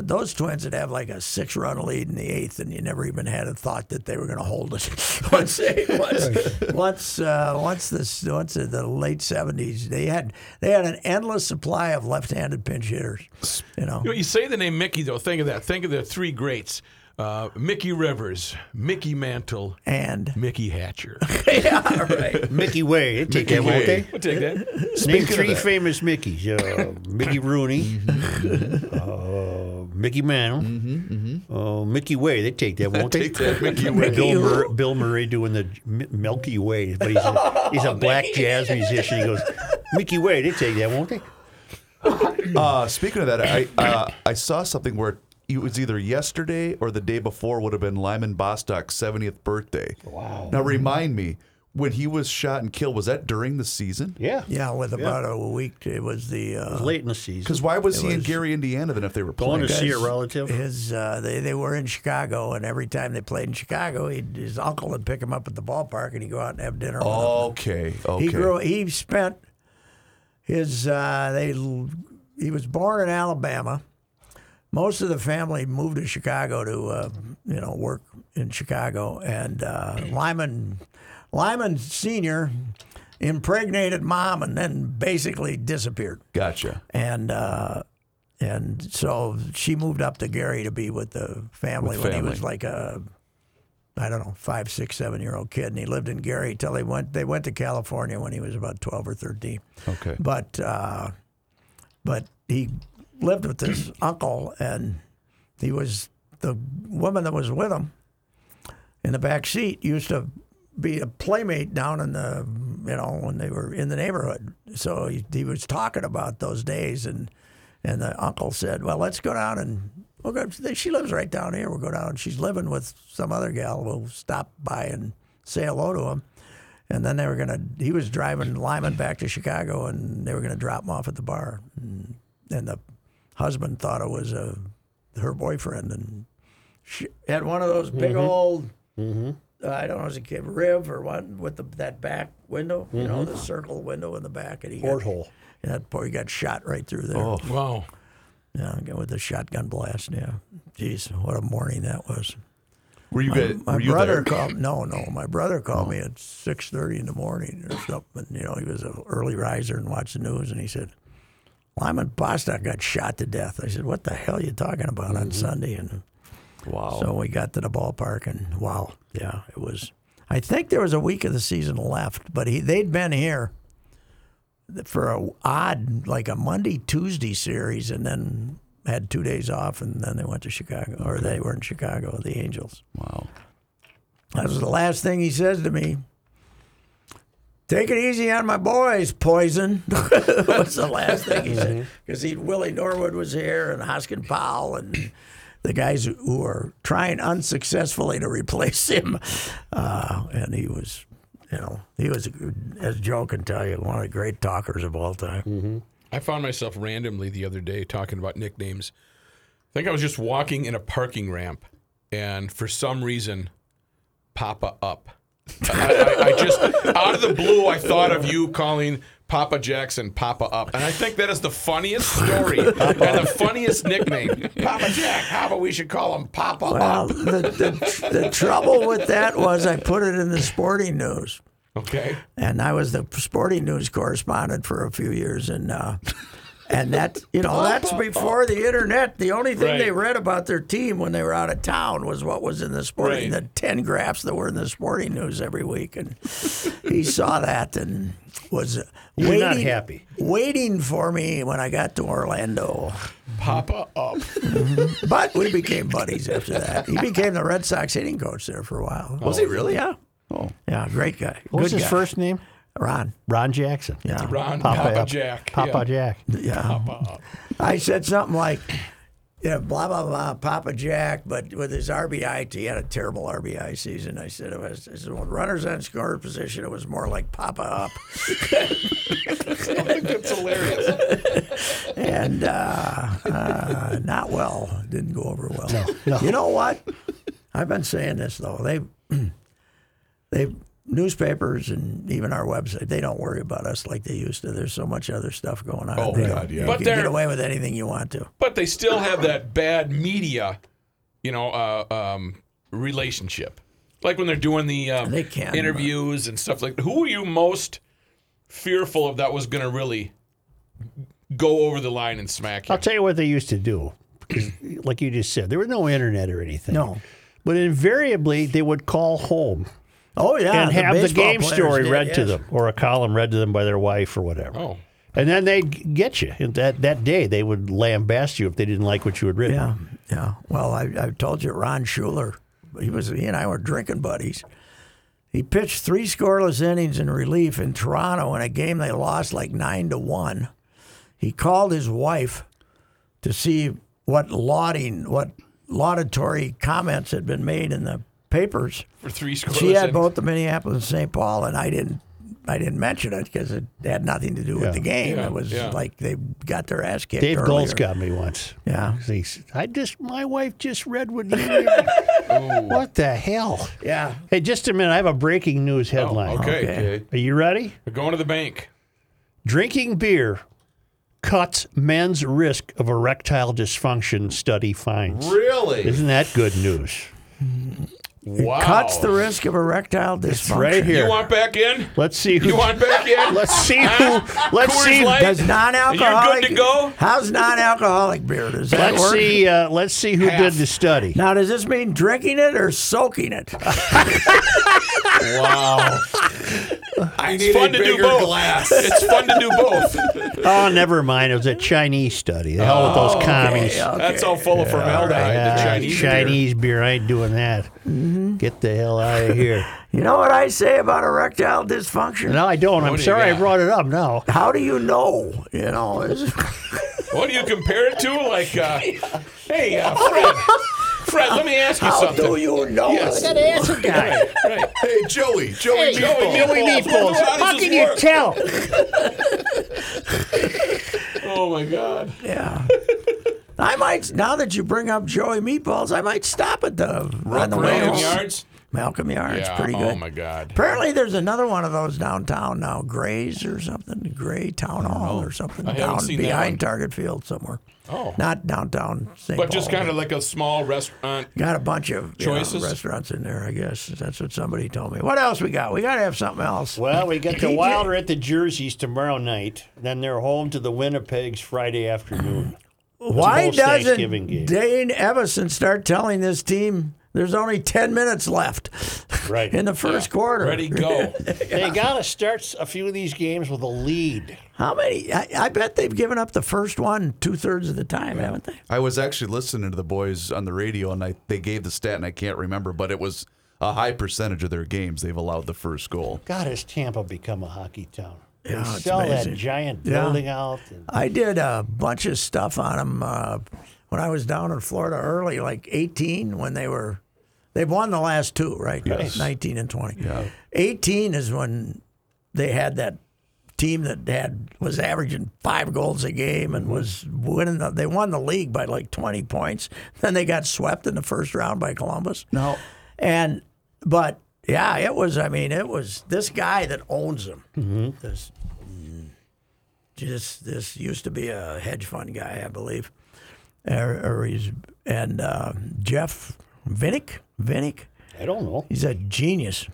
Speaker 4: those Twins that have like a six-run lead in the eighth, and you never even had a thought that they were going to hold it. once they, once once uh, once this once in the late seventies, they had they had an endless supply of left-handed pinch hitters. You know,
Speaker 5: You, know, you say the name Mickey, though. Think of that. Think of the three greats uh, Mickey Rivers, Mickey Mantle,
Speaker 4: and
Speaker 5: Mickey Hatcher.
Speaker 4: yeah, right.
Speaker 3: Mickey Way. They'd Take that,
Speaker 2: Mickey
Speaker 3: won't
Speaker 2: Way.
Speaker 3: they?
Speaker 5: We'll take that.
Speaker 3: Name
Speaker 2: Speaking of
Speaker 3: three
Speaker 2: that-
Speaker 3: famous Mickeys: uh, Mickey Rooney, uh, Mickey Mantle, uh, Mickey Way. They take that, won't they?
Speaker 2: Take that, Mickey
Speaker 4: Mickey
Speaker 3: Bill,
Speaker 4: who?
Speaker 3: Mur- Bill Murray doing the M- Milky Way, but he's a, he's a black jazz musician. He goes, Mickey Way. They take that, won't they?
Speaker 2: Uh, speaking of that, I uh, I saw something where it was either yesterday or the day before would have been Lyman Bostock's 70th birthday. Wow. Now remind me, when he was shot and killed, was that during the season?
Speaker 3: Yeah.
Speaker 4: Yeah, with about a week, it was the uh,
Speaker 3: Late in the season,
Speaker 2: Because why was he in Gary, Indiana, then if they were
Speaker 3: going
Speaker 2: playing?
Speaker 3: to see a relative.
Speaker 4: his uh, they they were in Chicago, and every time they played in Chicago, he'd, his uncle would pick him up at the ballpark, and he'd go out and have dinner. with him.
Speaker 2: Okay. Oh, Okay.
Speaker 4: he grew. He spent his uh, they l- he was born in Alabama. Most of the family moved to Chicago to uh, you know work in Chicago, and uh, Lyman Lyman Senior impregnated mom, and then basically disappeared
Speaker 2: Gotcha.
Speaker 4: and uh, and so she moved up to Gary to be with the family
Speaker 2: With
Speaker 4: when he
Speaker 2: family.
Speaker 4: was like a I don't know five six seven year old kid, and he lived in Gary till he went they went to California when he was about twelve or thirteen.
Speaker 2: Okay.
Speaker 4: But uh, but he lived with his uncle, and he was the woman that was with him in the back seat used to be a playmate down in the you know, when they were in the neighborhood. So he, he was talking about those days, and and the uncle said, "Well, let's go down and we'll go. She lives right down here. We'll go down. She's living with some other gal. We'll stop by and say hello to him." And then they were gonna. He was driving Lyman back to Chicago, and they were gonna drop him off at the bar. And, and the husband thought it was a her boyfriend, and she had one of those big old uh, I don't know, was it a rib or what with the, that back window, you know, the circle window in the back, and he got,
Speaker 3: Porthole.
Speaker 4: and that boy got shot right through there.
Speaker 5: Oh. Wow.
Speaker 4: Yeah, again with the shotgun blast. Yeah, jeez, what a morning that was.
Speaker 2: Were you guys?
Speaker 4: My
Speaker 2: were you
Speaker 4: brother
Speaker 2: there?
Speaker 4: called. No, no, my brother called me at six thirty in the morning or something. And, you know, he was an early riser and watched the news, and he said, "Lyman Bostock got shot to death." I said, "What the hell are you talking about
Speaker 2: Mm-hmm.
Speaker 4: on Sunday?" And
Speaker 7: Wow.
Speaker 4: so we got to the ballpark, and wow, yeah, it was. I think there was a week of the season left, but he they'd been here for a odd like a Monday Tuesday series, and then had two days off, and then they went to Chicago, or they were in Chicago, the Angels.
Speaker 2: Wow.
Speaker 4: That was the last thing he says to me. Take it easy on my boys, poison. was the last thing he said because he Willie Norwood was here and Hoskin Powell and the guys who were trying unsuccessfully to replace him, uh, and he was, you know, he was as Joe can tell you one of the great talkers of all time.
Speaker 5: I found myself randomly the other day talking about nicknames. I think I was just walking in a parking ramp, and for some reason, Papa Up. I, I, I just out of the blue, I thought of you calling Papa Jackson Papa Up, and I think that is the funniest story and the funniest nickname. Papa Jack. How about we should call him Papa
Speaker 4: Well,
Speaker 5: Up?
Speaker 4: the, the, the trouble with that was I put it in the sporting news.
Speaker 5: Okay.
Speaker 4: and I was the sporting news correspondent for a few years, and uh, and that you know that's before the internet. The only thing they
Speaker 5: Right.
Speaker 4: read about their team when they were out of town was what was in the sporting,
Speaker 5: Right.
Speaker 4: the ten graphs that were in the sporting news every week, and he saw that and was
Speaker 3: You're
Speaker 4: waiting,
Speaker 3: not happy.
Speaker 4: waiting for me when I got to Orlando.
Speaker 5: Papa Up.
Speaker 4: But we became buddies after that. He became the Red Sox hitting coach there for a while. Was he really? Yeah.
Speaker 2: Oh.
Speaker 4: Yeah, great guy.
Speaker 3: What
Speaker 4: Good
Speaker 3: was his
Speaker 4: guy.
Speaker 3: first name?
Speaker 4: Ron.
Speaker 3: Ron Jackson.
Speaker 4: Yeah.
Speaker 5: Ron
Speaker 3: Papa
Speaker 5: Papa,
Speaker 3: Up.
Speaker 5: Jack.
Speaker 3: Papa
Speaker 5: yeah.
Speaker 3: Jack.
Speaker 4: Yeah. I said something like, you know, blah, blah, blah, Papa Jack, but with his RBI, he had a terrible RBI season. I said, it was, I said, when runners on scorer position, it was more like Papa up.
Speaker 5: That's hilarious.
Speaker 4: And uh, uh, not well. Didn't go over well.
Speaker 3: no.
Speaker 4: You know what? I've been saying this, though. They, they, newspapers and even our website, they don't worry about us like they used to. There's so much other stuff going on.
Speaker 2: Oh,
Speaker 4: They
Speaker 2: God,
Speaker 4: don't-
Speaker 2: yeah.
Speaker 4: You
Speaker 5: But
Speaker 4: can
Speaker 5: they're-
Speaker 4: get away with anything you want to.
Speaker 5: but they still have that bad media, you know, uh, um, relationship. Like when they're doing the um,
Speaker 4: They can,
Speaker 5: interviews and stuff like. Who are you most fearful of that was going to really go over the line and smack you?
Speaker 3: I'll tell you what they used to do. Because, like you just said, there was no internet or anything.
Speaker 4: No.
Speaker 3: But invariably, they would call home
Speaker 4: Oh, yeah.
Speaker 3: and have the
Speaker 4: baseball
Speaker 3: game
Speaker 4: players
Speaker 3: story
Speaker 4: did,
Speaker 3: read to
Speaker 4: yes.
Speaker 3: them or a column read to them by their wife or whatever.
Speaker 5: Oh.
Speaker 3: And then they'd g- get you. And that, that day, they would lambaste you if they didn't like what you had written.
Speaker 4: Yeah, yeah. Well, I, I told you, Ron Schuler, he was he and I were drinking buddies. He pitched three scoreless innings in relief in Toronto in a game they lost like nine to one. He called his wife to see what lauding, what laudatory comments had been made in the papers.
Speaker 5: For three scores.
Speaker 4: She had both the Minneapolis and St. Paul, and I didn't. I didn't mention it because it had nothing to do with
Speaker 3: Yeah.
Speaker 4: the game.
Speaker 5: Yeah,
Speaker 4: it was
Speaker 5: yeah.
Speaker 4: like they got their ass kicked.
Speaker 3: Dave
Speaker 4: earlier.
Speaker 3: Gold's got me once.
Speaker 4: Yeah.
Speaker 3: He said, I just, my wife just read what you did. What the hell?
Speaker 4: Yeah.
Speaker 3: Hey, just a minute. I have a breaking news headline.
Speaker 5: Oh, okay.
Speaker 4: Okay.
Speaker 3: Are you ready?
Speaker 5: We're going to the bank.
Speaker 3: Drinking beer cuts men's risk of erectile dysfunction, study finds.
Speaker 2: Really?
Speaker 3: Isn't that good news?
Speaker 5: Wow.
Speaker 4: cuts the risk of erectile dysfunction.
Speaker 3: Right here.
Speaker 5: You want back in?
Speaker 3: let's see who.
Speaker 5: You want back in?
Speaker 3: let's see who. Let's
Speaker 5: Coors
Speaker 3: see.
Speaker 5: Light?
Speaker 4: Does non-alcoholic?
Speaker 5: You're good to go?
Speaker 4: How's non-alcoholic beer? Does that
Speaker 3: Let's
Speaker 4: work?
Speaker 3: see. Uh, let's see who did the study.
Speaker 4: Now, does this mean drinking it or soaking it?
Speaker 5: Wow.
Speaker 2: I need
Speaker 5: It's fun
Speaker 2: a
Speaker 5: to do
Speaker 2: bigger
Speaker 5: both.
Speaker 2: glass.
Speaker 5: It's fun to do both.
Speaker 3: Oh, never mind. It was a Chinese study. The hell with
Speaker 5: Oh,
Speaker 3: those commies.
Speaker 4: Yeah, okay.
Speaker 5: That's all full of formaldehyde.
Speaker 3: Ah,
Speaker 5: The Chinese. beer. Mm-hmm.
Speaker 3: Chinese beer. I ain't doing that.
Speaker 4: man.
Speaker 3: Get the hell out of here.
Speaker 4: You know what I say about erectile dysfunction?
Speaker 3: No, I don't. I'm
Speaker 5: do you
Speaker 3: sorry I
Speaker 5: got?
Speaker 3: brought it up now.
Speaker 4: How do you know? You know, it's-
Speaker 5: What do you compare it to? Like, uh, hey, uh, Fred, Fred, let me ask you
Speaker 4: how
Speaker 5: something.
Speaker 4: do you know?
Speaker 5: Yes.
Speaker 4: it?
Speaker 3: answer guy.
Speaker 2: Hey, Joey, Joey Meatball.
Speaker 5: Meatballs.
Speaker 3: How can you tell?
Speaker 5: Oh my God!
Speaker 4: Yeah. I might now that you bring up Joey Meatballs, I might stop at the on the way
Speaker 5: Random
Speaker 4: home.
Speaker 5: yards.
Speaker 4: Malcolm Yards,
Speaker 5: Yeah,
Speaker 4: pretty good.
Speaker 5: Oh my God!
Speaker 4: Apparently, there's another one of those downtown now, Gray's or something, Gray Town Hall or something
Speaker 5: I haven't
Speaker 4: down
Speaker 5: seen that
Speaker 4: behind
Speaker 5: one.
Speaker 4: Target Field somewhere.
Speaker 5: Oh.
Speaker 4: not downtown St.
Speaker 5: But just
Speaker 4: Paul,
Speaker 5: kind of like a small restaurant.
Speaker 4: Got a bunch of you know,
Speaker 5: Choices?
Speaker 4: restaurants in there, I guess. That's what somebody told me. What else we got? We got to have something else.
Speaker 3: Well, we got the Wilder at the Jerseys tomorrow night. Then they're home to the Winnipegs Friday afternoon.
Speaker 4: Why
Speaker 3: most Thanksgiving game.
Speaker 4: doesn't Dane Evison start telling this team there's only 10 minutes left
Speaker 3: Right.
Speaker 4: in the first quarter?
Speaker 5: Ready, go.
Speaker 3: They got to start a few of these games with a lead.
Speaker 4: How many? I, I bet they've given up the first one two thirds of the time, haven't they?
Speaker 2: I was actually listening to the boys on the radio, and I, they gave the stat, and I can't remember, but it was a high percentage of their games they've allowed the first goal.
Speaker 3: God, has Tampa become a hockey town? They
Speaker 4: Yeah, it's
Speaker 3: sell
Speaker 4: amazing.
Speaker 3: that giant
Speaker 4: Yeah.
Speaker 3: building out. And
Speaker 4: I did a bunch of stuff on them uh, when I was down in Florida early, like 18, when they were. They've won the last two, right?
Speaker 2: Yes.
Speaker 4: 19 and 20. 18 is when they had that team that had was averaging five goals a game and was winning. The, they won the league by like 20 points. Then they got swept in the first round by Columbus.
Speaker 2: Now,
Speaker 4: And but yeah, it was. I mean, it was this guy that owns them. This just this used to be a hedge fund guy, I believe, or, or he's and uh, Jeff Vinnick. Vinnick.
Speaker 3: I don't know.
Speaker 4: He's a genius.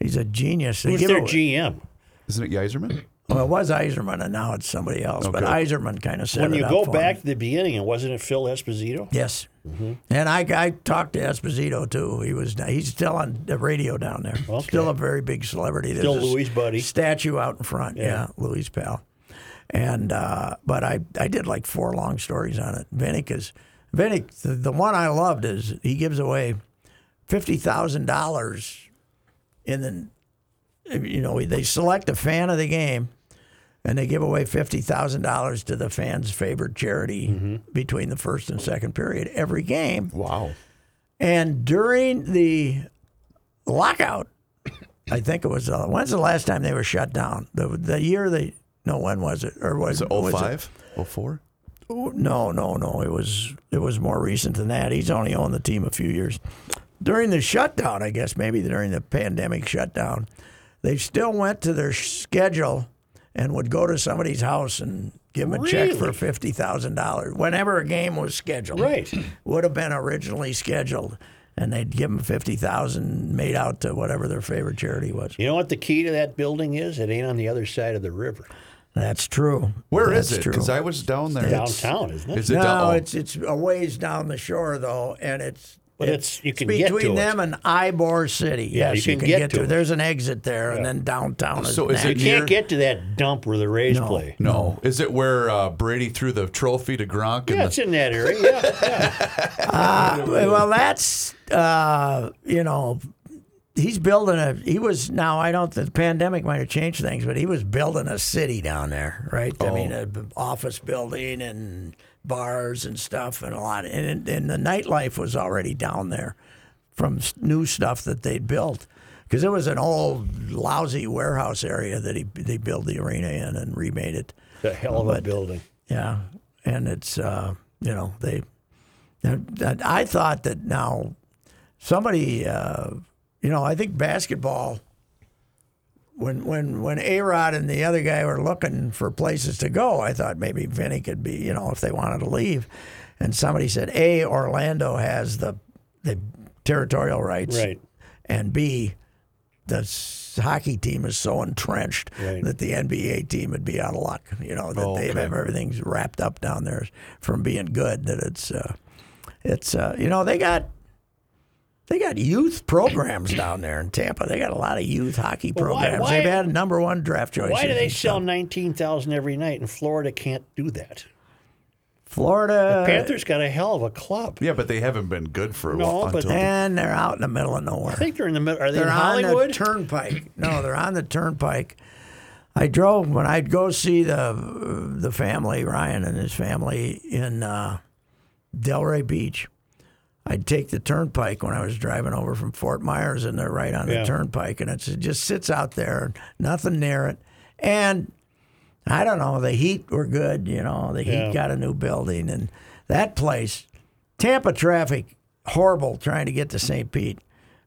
Speaker 4: He's a genius. They
Speaker 3: Who's
Speaker 4: give
Speaker 3: their
Speaker 4: away-
Speaker 3: GM?
Speaker 2: isn't it Yzerman?
Speaker 4: well, it was Eiserman, and now it's somebody else. But
Speaker 2: Okay.
Speaker 4: Eiserman kind of said
Speaker 3: When
Speaker 4: it
Speaker 3: you
Speaker 4: up
Speaker 3: go
Speaker 4: for
Speaker 3: back
Speaker 4: him.
Speaker 3: to the beginning, and wasn't it Phil Esposito? Mm-hmm.
Speaker 4: Yes, and I, I talked to Esposito too. He was he's still on the radio down there.
Speaker 3: Okay.
Speaker 4: Still a very big celebrity. There's
Speaker 3: Still
Speaker 4: a s-
Speaker 3: Louis' buddy.
Speaker 4: Statue out in front. Yeah, Louis' pal. And uh, but I I did like four long stories on it. Vinnick is Vinnick. The, the one I loved is he gives away fifty thousand dollars, and then you know they select a fan of the game and they give away fifty thousand dollars to the fans' favorite charity between the first and second period every game.
Speaker 2: Wow.
Speaker 4: And during the lockout, I think it was uh, when's the last time they were shut down? The the year they no when was it or was,
Speaker 2: Is it
Speaker 3: oh
Speaker 4: was
Speaker 2: 05? 04?
Speaker 4: no, no, no. It was it was more recent than that. He's only owned the team a few years. During the shutdown, I guess maybe during the pandemic shutdown, they still went to their schedule and would go to somebody's house and give them a check for
Speaker 3: Really?
Speaker 4: fifty thousand dollars whenever a game was scheduled.
Speaker 3: Right.
Speaker 4: would have been originally scheduled, and they'd give them fifty thousand made out to whatever their favorite charity was.
Speaker 3: You know what the key to that building is? It ain't on the other side of the river.
Speaker 4: That's true.
Speaker 2: Where is
Speaker 4: That's
Speaker 2: it?
Speaker 4: true.
Speaker 2: Because I was down there.
Speaker 3: Downtown, isn't it?
Speaker 2: Is it
Speaker 4: No,
Speaker 2: down? oh,
Speaker 4: it's it's a ways down the shore though, and it's
Speaker 3: But it's- you can get
Speaker 4: between
Speaker 3: to it.
Speaker 4: them and Ybor City.
Speaker 3: Yeah,
Speaker 4: yes, you can, get, to.
Speaker 3: it.
Speaker 4: There's an exit there, and then downtown is.
Speaker 2: So is
Speaker 4: back.
Speaker 3: You
Speaker 2: it-
Speaker 3: can't
Speaker 2: Near-
Speaker 3: get to that dump where the Rays play.
Speaker 2: no. Is it where uh, Brady threw the trophy to Gronk?
Speaker 3: Yeah,
Speaker 2: and
Speaker 3: it's
Speaker 2: the,
Speaker 3: in that area. Yeah, yeah.
Speaker 4: well, that's uh, you know. He's building a. He was now. I don't. The pandemic might have changed things, but he was building a city down there, right? I mean, an office building and bars and stuff, and a lot. And and the nightlife was already down there from s- new stuff that they'd built, because it was an old lousy warehouse area that he they built the arena in and remade it.
Speaker 3: It's a hell of a building.
Speaker 4: Yeah, and it's uh, you know they. that- that- I thought that now somebody, uh, you know, I think basketball. When when when A Rod and the other guy were looking for places to go, I thought maybe Vinny could be, you know, if they wanted to leave, and somebody said, A Orlando has the the territorial rights,
Speaker 3: Right.
Speaker 4: and B, the s- hockey team is so entrenched
Speaker 3: Right.
Speaker 4: that the NBA team would be out of luck. You know that they have everything's wrapped up down there from being good. That it's, uh, it's uh, you know they got. They got youth programs down there in Tampa. They got a lot of youth hockey
Speaker 3: Well, why-
Speaker 4: programs.
Speaker 3: why-
Speaker 4: They've had number one draft choices.
Speaker 3: Why do they
Speaker 4: and
Speaker 3: sell
Speaker 4: stuff.
Speaker 3: 19,000 every night and Florida can't do that?
Speaker 4: Florida.
Speaker 3: Panthers got a hell of a club.
Speaker 2: Yeah, but they haven't been good for
Speaker 3: No,
Speaker 2: a while.
Speaker 3: but
Speaker 2: until-
Speaker 4: and they're out in the middle of nowhere.
Speaker 3: I think they're in the middle. Are they
Speaker 4: They're
Speaker 3: in
Speaker 4: on the
Speaker 3: Hollywood?
Speaker 4: turnpike. No, they're on the turnpike. I drove when I'd go see the the family, Ryan and his family in uh, Delray Beach. I'd take the turnpike when I was driving over from Fort Myers, and they're right on
Speaker 3: Yeah.
Speaker 4: the turnpike, and it's, it just sits out there, nothing near it. And I don't know, the Heat were good, you know, the Heat
Speaker 3: Yeah.
Speaker 4: got a new building, and that place, Tampa traffic, horrible trying to get to St. Pete,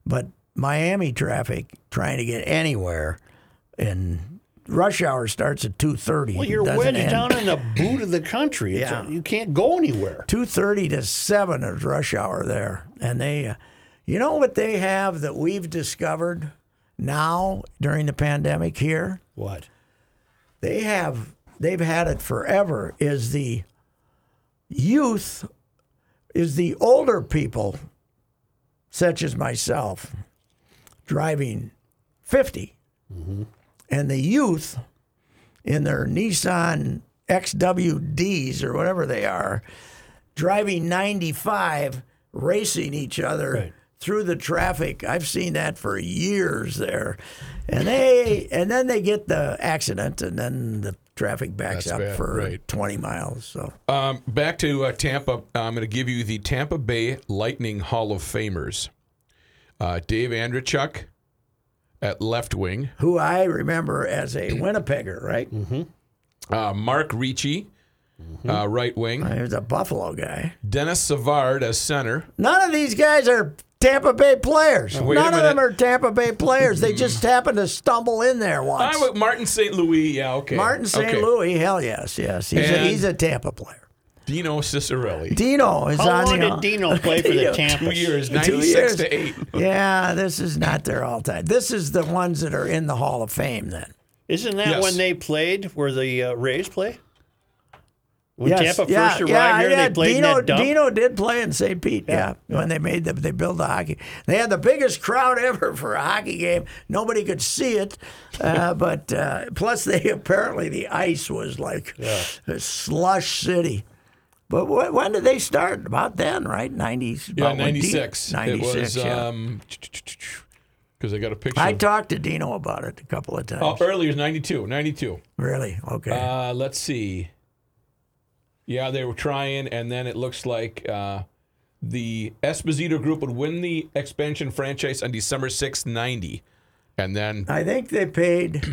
Speaker 4: but Miami traffic trying to get anywhere, and rush hour starts at two thirty.
Speaker 3: well, you're wedged down in the boot of the country. It's
Speaker 4: Yeah.
Speaker 3: you can't go anywhere.
Speaker 4: two thirty to seven is rush hour there, and they, uh, you know what they have that we've discovered now during the pandemic here.
Speaker 3: What?
Speaker 4: They have they've had it forever. Is the youth, is the older people, such as myself, driving fifty,
Speaker 5: Mm-hmm.
Speaker 4: and the youth in their Nissan XWDs or whatever they are, driving 95, racing each other
Speaker 3: Right.
Speaker 4: through the traffic. I've seen that for years there. And they and then they get the accident and then the traffic backs
Speaker 5: That's
Speaker 4: up
Speaker 5: bad,
Speaker 4: for
Speaker 5: right.
Speaker 4: 20 miles. So
Speaker 5: Um, back to uh, Tampa. I'm going to give you the Tampa Bay Lightning Hall of Famers. Uh, Dave Andrichuk at left wing,
Speaker 4: who I remember as a Winnipegger, right?
Speaker 5: Mm-hmm. uh, Mark Ricci,
Speaker 4: Mm-hmm.
Speaker 5: uh, right wing,
Speaker 4: I was a Buffalo guy.
Speaker 5: Dennis Savard as center.
Speaker 4: None of these guys are Tampa Bay players.
Speaker 5: wait a
Speaker 4: None of them
Speaker 5: minute.
Speaker 4: are Tampa Bay players. They just happened to stumble in there once.
Speaker 5: I would- Martin St. Louis, yeah, okay.
Speaker 4: Martin St.
Speaker 5: Okay.
Speaker 4: Louis, hell yes, yes. He's a,
Speaker 5: And-
Speaker 4: he's a Tampa player.
Speaker 5: Dino Cicerelli.
Speaker 4: Dino is
Speaker 3: How
Speaker 4: on
Speaker 3: long
Speaker 4: the.
Speaker 3: did Dino play for the
Speaker 4: Dino,
Speaker 3: Tampa?
Speaker 5: Two years,
Speaker 4: Two
Speaker 5: 96
Speaker 4: years.
Speaker 5: to 8.
Speaker 4: yeah, this is not their all time. This is the ones that are in the Hall of Fame. Then
Speaker 3: Isn't that
Speaker 5: Yes.
Speaker 3: when they played, where the uh, Rays play? When
Speaker 4: Yes,
Speaker 3: Tampa
Speaker 4: yeah,
Speaker 3: first arrived
Speaker 4: yeah,
Speaker 3: here,
Speaker 4: yeah.
Speaker 3: they played
Speaker 4: Dino,
Speaker 3: in that dump.
Speaker 4: Dino did play in St. Pete. Yeah, when they made the they built the hockey. They had the biggest crowd ever for a hockey game. Nobody could see it, uh, but uh, plus they apparently the ice was like a slush city. But wh- when did they start? About then, right? Nineties.
Speaker 5: Yeah, 96.
Speaker 4: Ninety
Speaker 5: It
Speaker 4: six.
Speaker 5: was,
Speaker 4: Yeah.
Speaker 5: um, because I got a picture.
Speaker 4: I
Speaker 5: of-
Speaker 4: talked to Dino about it a couple of times.
Speaker 5: oh, earlier, 92, 92.
Speaker 4: Really? Okay.
Speaker 5: Uh, let's see. Yeah, they were trying, and then it looks like uh, the Esposito group would win the expansion franchise on December 6th, 90. And then
Speaker 4: I think they paid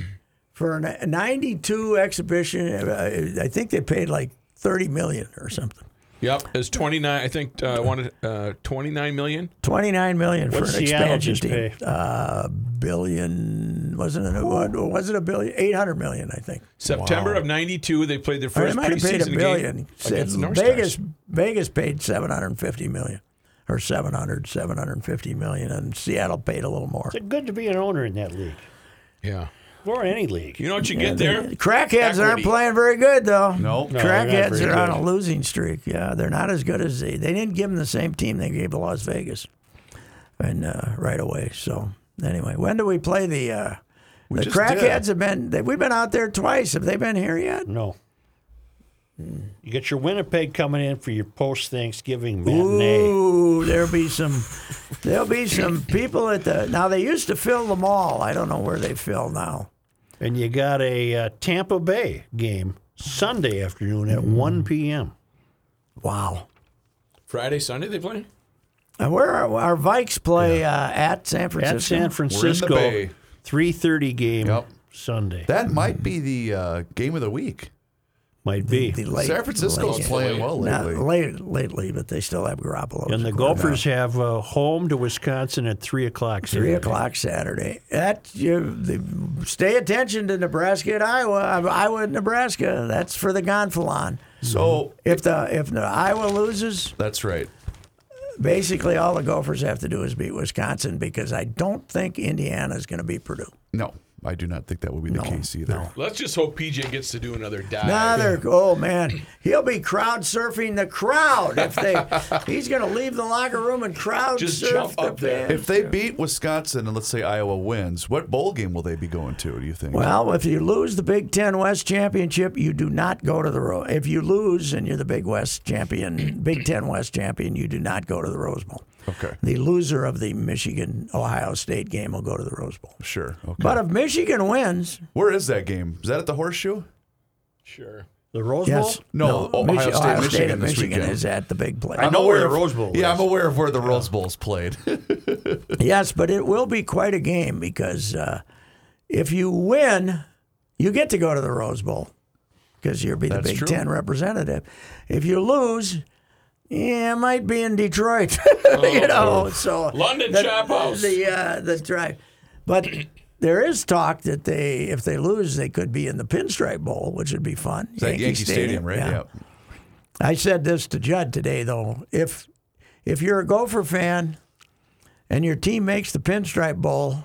Speaker 4: for a 92 exhibition. uh, I think they paid like 30 million or something.
Speaker 5: Yep, it's 29. I think uh, I wanted uh, 29 million.
Speaker 4: 29 million for an
Speaker 3: What's Seattle
Speaker 4: expansion
Speaker 3: just
Speaker 4: team.
Speaker 3: pay?
Speaker 4: Uh, billion wasn't it? what- Was it a billion? 800 million, I think.
Speaker 5: September of 92, they played their
Speaker 4: Or Oh, they
Speaker 5: first
Speaker 4: might have paid a
Speaker 5: preseason
Speaker 4: billion.
Speaker 5: game against the North
Speaker 4: Vegas,
Speaker 5: Stars.
Speaker 4: Vegas paid 750 million or 700, 750 million, and Seattle paid a little more.
Speaker 3: It's good to be an owner in that league
Speaker 5: Yeah.
Speaker 3: or any league.
Speaker 5: You know what you get there?
Speaker 4: Crackheads aren't
Speaker 5: Equity.
Speaker 4: playing very good though.
Speaker 2: No. No,
Speaker 3: they're not
Speaker 4: crackheads
Speaker 3: very
Speaker 4: are on
Speaker 3: good.
Speaker 4: a losing streak. Yeah, they're not as good as they. They didn't give them the same team they gave to Las Vegas, and uh, right away. So anyway, when do we play the? Uh, the
Speaker 2: just
Speaker 4: crackheads
Speaker 2: did.
Speaker 4: have been. They, we've been out there twice. Have they been here yet?
Speaker 3: No. You get your Winnipeg coming in for your post Thanksgiving matinee.
Speaker 4: Ooh, there'll be some. There'll be some people at the. Now they used to fill the mall. I don't know where they fill now.
Speaker 3: And you got a uh, Tampa Bay game Sunday afternoon at
Speaker 4: Mm.
Speaker 3: 1 p.m.
Speaker 4: Wow.
Speaker 5: Friday, Sunday, they play?
Speaker 4: And where are our Vikes play uh, at San Francisco?
Speaker 3: at San Francisco.
Speaker 2: Bay.
Speaker 3: 3:30 game
Speaker 2: Yep.
Speaker 3: Sunday.
Speaker 2: That might be the uh, game of the week.
Speaker 3: Might be.
Speaker 4: The late-
Speaker 2: San Francisco's
Speaker 4: late-
Speaker 2: playing well
Speaker 4: Not
Speaker 2: lately.
Speaker 4: late, lately, but they still have Garoppolo.
Speaker 3: and the Gophers have uh, home to Wisconsin at 3 o'clock.
Speaker 4: Three
Speaker 3: Saturday.
Speaker 4: o'clock Saturday. That you the, stay attention to Nebraska and Iowa, um, Iowa and Nebraska. That's for the gonfalon.
Speaker 3: Mm-hmm.
Speaker 2: So
Speaker 4: If the if the Iowa loses,
Speaker 2: that's right.
Speaker 4: basically all the Gophers have to do is beat Wisconsin because I don't think Indiana is going to beat Purdue.
Speaker 2: No, I do not think that will be the case either.
Speaker 5: Let's just hope PJ gets to do another dive.
Speaker 4: Another, oh man, he'll be crowd surfing the crowd if they. he's going to leave the locker room and crowd
Speaker 5: Just
Speaker 4: surf
Speaker 5: jump
Speaker 4: the
Speaker 5: up there.
Speaker 4: fans.
Speaker 2: If they beat Wisconsin and let's say Iowa wins, what bowl game will they be going to? Do you think?
Speaker 4: Well, if you lose the Big Ten West Championship, you do not go to the Rose. If you lose and you're the Big West champion, Big Ten West champion, you do not go to the Rose Bowl.
Speaker 2: Okay.
Speaker 4: The loser of the Michigan Ohio State game will go to the Rose Bowl.
Speaker 2: sure. Okay.
Speaker 3: uh,
Speaker 4: But if Michigan wins,
Speaker 2: Where is that game? Is that at the Horseshoe?
Speaker 5: Sure.
Speaker 3: The Rose
Speaker 4: yes,
Speaker 3: Bowl?
Speaker 2: No, Ohio
Speaker 4: Michi-
Speaker 2: State,
Speaker 4: Ohio
Speaker 2: Michigan
Speaker 4: State and
Speaker 2: this
Speaker 4: Michigan
Speaker 2: weekend.
Speaker 4: is at the big play.
Speaker 3: I know where the
Speaker 2: of-
Speaker 3: Rose Bowl
Speaker 2: Yeah,
Speaker 3: is.
Speaker 2: I'm aware of where the Rose Bowl's played.
Speaker 4: Yes, but it will be quite a game because uh, if you win, you get to go to the Rose Bowl because you'll be the
Speaker 2: That's
Speaker 4: Big
Speaker 2: true.
Speaker 4: Ten representative. If you lose, yeah, it might be in Detroit,
Speaker 2: Oh.
Speaker 4: you know. So
Speaker 5: London
Speaker 4: the,
Speaker 5: Chop House.
Speaker 4: the uh, the drive, but there is talk that they, if they lose, they could be in the Pinstripe Bowl, which would be fun.
Speaker 2: Is that Yankee Stadium, right?
Speaker 4: yeah. I said this to Judd today, though. If if you're a Gopher fan and your team makes the Pinstripe Bowl,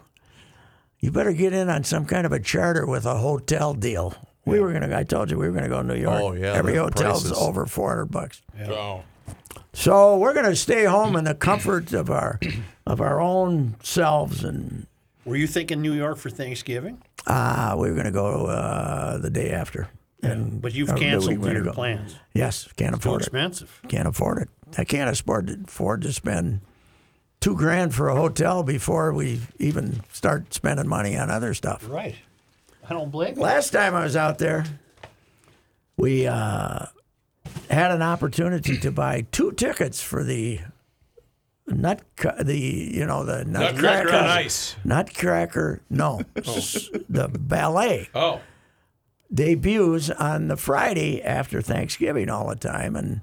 Speaker 4: you better get in on some kind of a charter with a hotel deal. We were gonna. I told you we were gonna go to New York.
Speaker 2: Oh, yeah,
Speaker 4: Every
Speaker 2: the
Speaker 4: hotel's
Speaker 2: prices.
Speaker 4: over four hundred bucks.
Speaker 5: Oh.
Speaker 4: So we're gonna stay home in the comfort of our of our own selves, and
Speaker 3: Were you thinking New York for Thanksgiving?
Speaker 4: ah, we were gonna go uh, the day after. And
Speaker 3: But you've
Speaker 4: or the
Speaker 3: canceled
Speaker 4: week we're gonna
Speaker 3: your
Speaker 4: go.
Speaker 3: plans.
Speaker 4: Yes, can't
Speaker 3: Too
Speaker 4: afford it.
Speaker 3: expensive.
Speaker 4: Can't afford it. I can't afford to, afford to spend two grand for a hotel before we even start spending money on other stuff.
Speaker 3: Right. I don't blame you.
Speaker 4: Last time I was out there, we uh, had an opportunity to buy two tickets for the nut cu- the you know the
Speaker 5: Nutcracker on ice.
Speaker 4: Nutcracker, no, s- the ballet
Speaker 5: Oh.
Speaker 4: debuts on the Friday after Thanksgiving all the time, and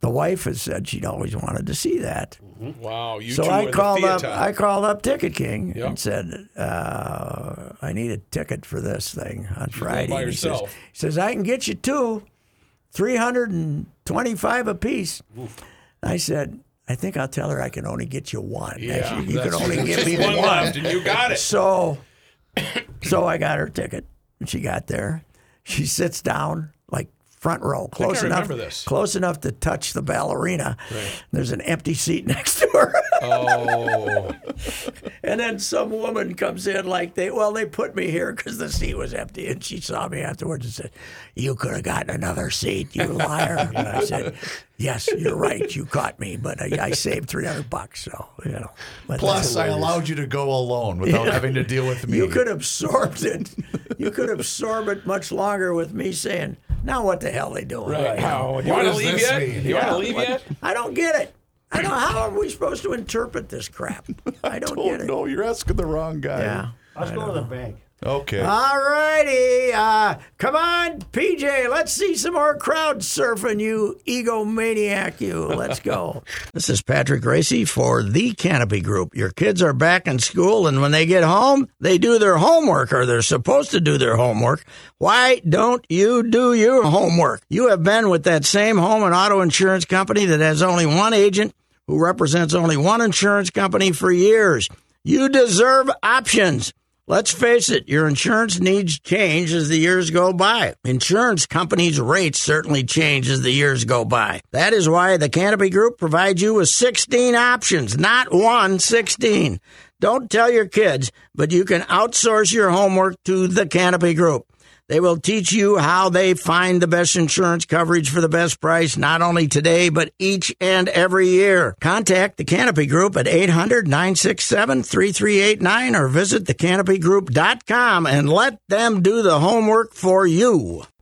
Speaker 4: the wife has said she'd always wanted to see that.
Speaker 5: Wow. You
Speaker 4: so
Speaker 5: two
Speaker 4: I
Speaker 5: are
Speaker 4: called
Speaker 5: the
Speaker 4: up.
Speaker 5: theater.
Speaker 4: I called up Ticket King
Speaker 5: Yep.
Speaker 4: and said, uh, "I need a ticket for this thing on Friday."
Speaker 5: by
Speaker 4: And he, says,
Speaker 5: yourself.
Speaker 4: he says, "I can get you two, three hundred and twenty-five apiece." I said, "I think I'll tell her I can only get you one. Actually, you can
Speaker 5: that's-
Speaker 4: only give
Speaker 5: just
Speaker 4: me
Speaker 5: one
Speaker 4: one."
Speaker 5: left, and you got it.
Speaker 4: So, so I got her ticket. When she got there, she sits down like front row, close
Speaker 5: I
Speaker 4: enough,
Speaker 5: remember this.
Speaker 4: close enough to touch the ballerina. There's an empty seat next to her.
Speaker 5: Oh.
Speaker 4: And then some woman comes in like they well they put me here because the seat was empty and she saw me afterwards and said, "You could have gotten another seat, you liar." and I said, "Yes, you're right. You caught me, but I, I saved three hundred bucks, so you know." But
Speaker 2: Plus, I allowed you to go alone without having to deal with me.
Speaker 4: you could absorb it. You could absorb it much longer with me saying, "Now what the hell they doing?"
Speaker 5: Right.
Speaker 4: You know?
Speaker 5: You want to
Speaker 2: does
Speaker 5: leave
Speaker 2: this
Speaker 5: yet?
Speaker 2: mean?
Speaker 5: You want
Speaker 4: Yeah,
Speaker 5: to leave
Speaker 4: what-
Speaker 5: yet?
Speaker 4: I don't get it. I don't. How are we supposed to interpret this crap? I don't
Speaker 2: Oh
Speaker 4: get it.
Speaker 2: no, you're asking the wrong guy.
Speaker 4: Yeah.
Speaker 3: Let's go to the bank.
Speaker 2: Okay.
Speaker 4: All righty. Uh, come on, PJ. Let's see some more crowd surfing, you egomaniac. You. Let's go. this is Patrick Gracie for The Canopy Group. Your kids are back in school, and when they get home, they do their homework, or they're supposed to do their homework. Why don't you do your homework? You have been with that same home and auto insurance company that has only one agent who represents only one insurance company for years. You deserve options. Let's face it, your insurance needs change as the years go by. Insurance companies' rates certainly change as the years go by. That is why the Canopy Group provides you with 16 options, not one, 16. Don't tell your kids, but you can outsource your homework to the Canopy Group. They will teach you how they find the best insurance coverage for the best price, not only today, but each and every year. Contact the Canopy Group at 800 967 3389 or visit thecanopygroup.com and let them do the homework for you.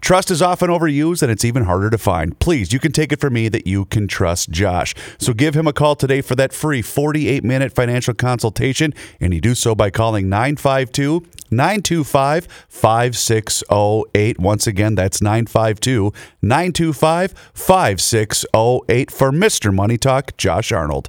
Speaker 2: Trust is often overused and it's even harder to find. Please, you can take it from me that you can trust Josh. So give him a call today for that free 48 minute financial consultation, and you do so by calling 952 925 5608. Once again, that's 952 925 5608 for Mr. Money Talk, Josh Arnold.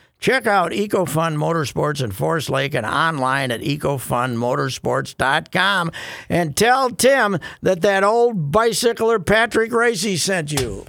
Speaker 4: Check out EcoFun Motorsports in Forest Lake and online at EcoFunMotorsports.com and tell Tim that that old bicycler Patrick Racy sent you.